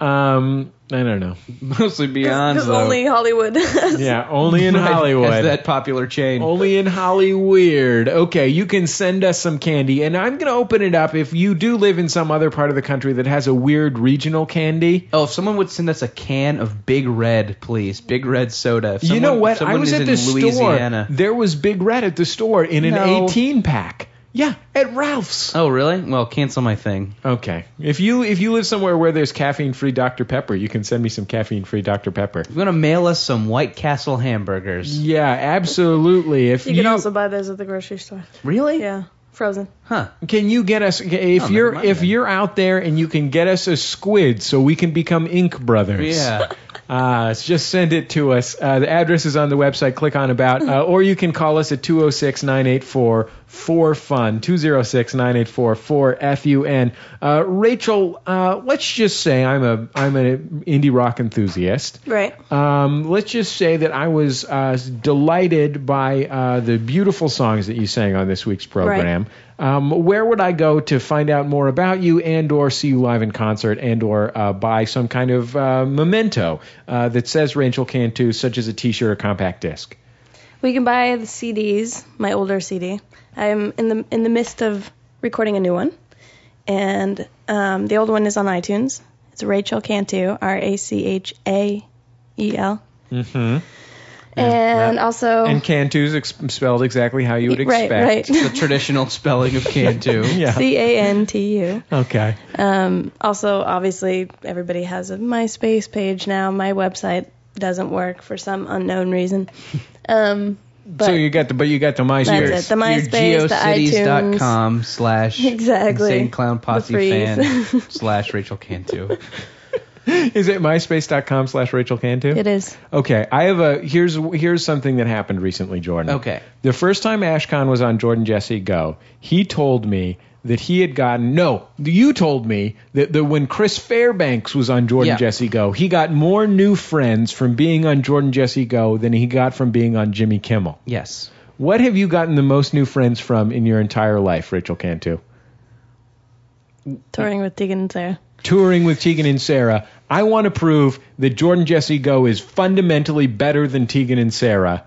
Um, I don't know. mostly beyond Because only Hollywood. [laughs] [laughs] Yeah, only in Hollywood. Has that popular chain. Only in Hollyweird. Okay, you can send us some candy, and I'm gonna open it up. If you do live in some other part of the country that has a weird regional candy, Oh, if someone would send us a can of Big Red, please. Big Red soda. If you someone- know if what? I someone was is in at the Louisiana. store. There was Big Red at the store in an No. 18 pack. Yeah, at Ralph's. Oh, really? Well, cancel my thing. Okay. If you if you live somewhere where there's caffeine free Dr Pepper, you can send me some caffeine free Dr Pepper. You're going to mail us some White Castle hamburgers. Yeah, absolutely. If You you, can also buy those at the grocery store. Really? Yeah, frozen. Huh. Can you get us if Oh, never you're mind if then. you're out there and you can get us a squid so we can become Ink Brothers? Yeah. [laughs] Uh, s- just send it to us. Uh, the address is on the website. Click [laughs] on about, uh, or you can call us at 206-984-4FUN, 206-984-4FUN. Uh, Rachel, uh, let's just say I'm a I'm an indie rock enthusiast. Right. Um, let's just say that I was uh, delighted by uh, the beautiful songs that you sang on this week's program. Um, where would I go to find out more about you and/or see you live in concert and/or uh, buy some kind of uh, memento uh, that says Rachel Cantu, such as a T-shirt or compact disc? We can buy the CDs, my older CD. I'm in the in the midst of recording a new one, and um, the old one is on iTunes. It's Rachel Cantu, R A C H A E L, Mm-hmm. and also [laughs] And Cantu's ex- spelled exactly how you would Oh. Right, expect. right. The traditional spelling of Cantu. [laughs] Yeah. C A N T U. okay. Um, also, obviously, everybody has a MySpace page now. My website doesn't work for some unknown [laughs] reason. Um, but so you got the but you got the MySpace, That's it, the MySpace, the iTunes. geocities.com slash [laughs] Exactly. insane clown posse The freeze. [laughs] fan slash Rachel [laughs] Cantu. Is it myspace.com slash Rachel Cantu? it is. Okay, I have a here's here's something that happened recently, Jordan. Okay. The first time Ashcon was on Jordan Jesse Go, he told me that he had gotten no, you told me that, that when Chris Fairbanks was on Jordan Yeah. Jesse Go, he got more new friends from being on Jordan Jesse Go than he got from being on Jimmy Kimmel. Yes. What have you gotten the most new friends from in your entire life, Rachel Cantu? Touring with Tegan and Sarah. touring with Tegan and Sarah. I want to prove that Jordan Jesse Go is fundamentally better than Tegan [laughs] and Sarah.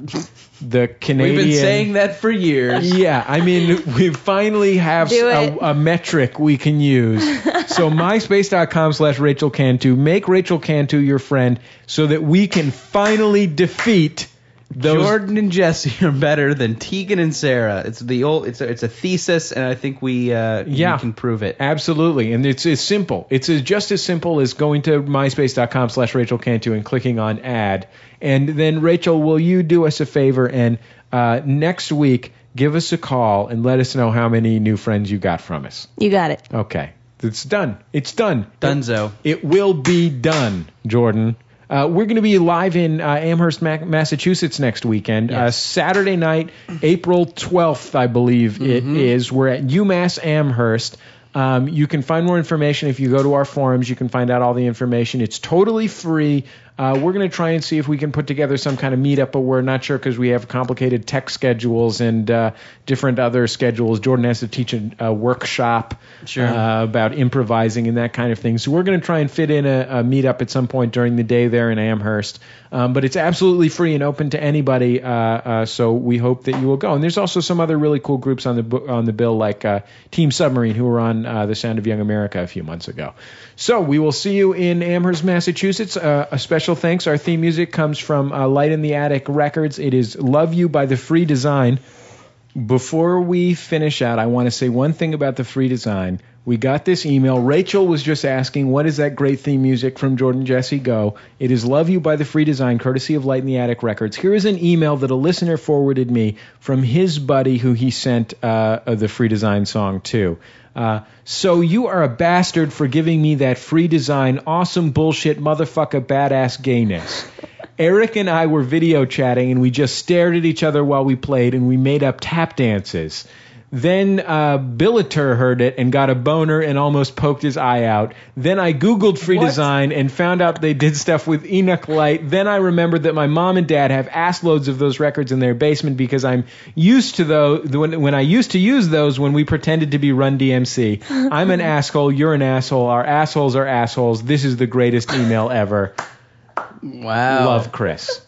The Canadian. We've been saying that for years. Yeah, I mean, we finally have Do a, it. a metric we can use. [laughs] so myspace.com slash Rachel Cantu. Make Rachel Cantu your friend so that we can finally defeat those. Jordan and Jesse are better than Tegan and Sarah. It's the old. It's a, it's a thesis, and I think we uh, Yeah. we can prove it. Absolutely, and it's as simple. It's as, just as simple as going to myspace.com slash Rachel Cantu and clicking on ad. And then, Rachel, will you do us a favor and uh, next week give us a call and let us know how many new friends you got from us? You got it. Okay. It's done. It's done. Dunzo. It, it will be done, Jordan. Uh, we're going to be live in uh, Amherst, Ma- Massachusetts next weekend. Uh, Saturday night, April 12th, I believe it is. We're at UMass Amherst. Um, you can find more information if you go to our forums. You can find out all the information. It's totally free. Uh, we're going to try and see if we can put together some kind of meetup, but we're not sure because we have complicated tech schedules and uh, different other schedules. Jordan has to teach a, a workshop Sure. uh, about improvising and that kind of thing. So we're going to try and fit in a, a meetup at some point during the day there in Amherst. Um, but it's absolutely free and open to anybody. Uh, uh, so we hope that you will go. And there's also some other really cool groups on the bo- on the bill, like uh, Team Submarine, who were on uh, The Sound of Young America a few months ago. So we will see you in Amherst, Massachusetts. Uh, a special thanks. Our theme music comes from uh, Light in the Attic Records. It is "Love You" by The Free Design. Before we finish out, I want to say one thing about the free design. We got this email. Rachel was just asking, what is that great theme music from Jordan Jesse Go? It is Love You by the Free Design, courtesy of Light in the Attic Records. Here is an email that a listener forwarded me from his buddy who he sent uh, uh, the free design song to. Uh, so you are a bastard for giving me that free design, awesome bullshit, motherfucker, badass gayness. Eric and I were video chatting and we just stared at each other while we played and we made up tap dances. Then uh, Billiter heard it and got a boner and almost poked his eye out. Then I Googled free design and found out they did stuff with Enoch Light. Then I remembered that my mom and dad have ass loads of those records in their basement because I'm used to those when, when I used to use those when we pretended to be Run DMC. I'm an asshole. You're an asshole. Our assholes are assholes. This is the greatest email ever. Wow. Love Chris.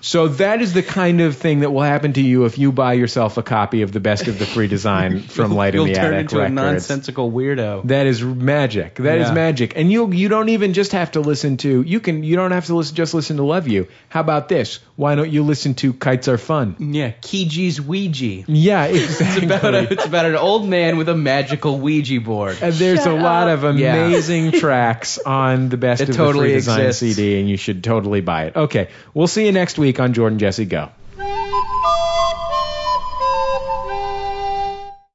So that is the kind of thing that will happen to you if you buy yourself a copy of the best of the [laughs] free design from Light You'll in the turn Attic into Records. a nonsensical weirdo. That is magic. That is Yeah. magic. And you you don't even just have to listen to you can you don't have to listen just listen to Love You. How about this? Why don't you listen to Kites Are Fun? Yeah, Kiji's Ouija. Yeah, exactly. [laughs] It's about, a, it's about an old man with a magical Ouija board. And there's a lot of Yeah. [laughs] amazing tracks on the best It of totally the free design exists. CD, and you should totally buy it. Okay, we'll see you next week on Jordan Jesse Go.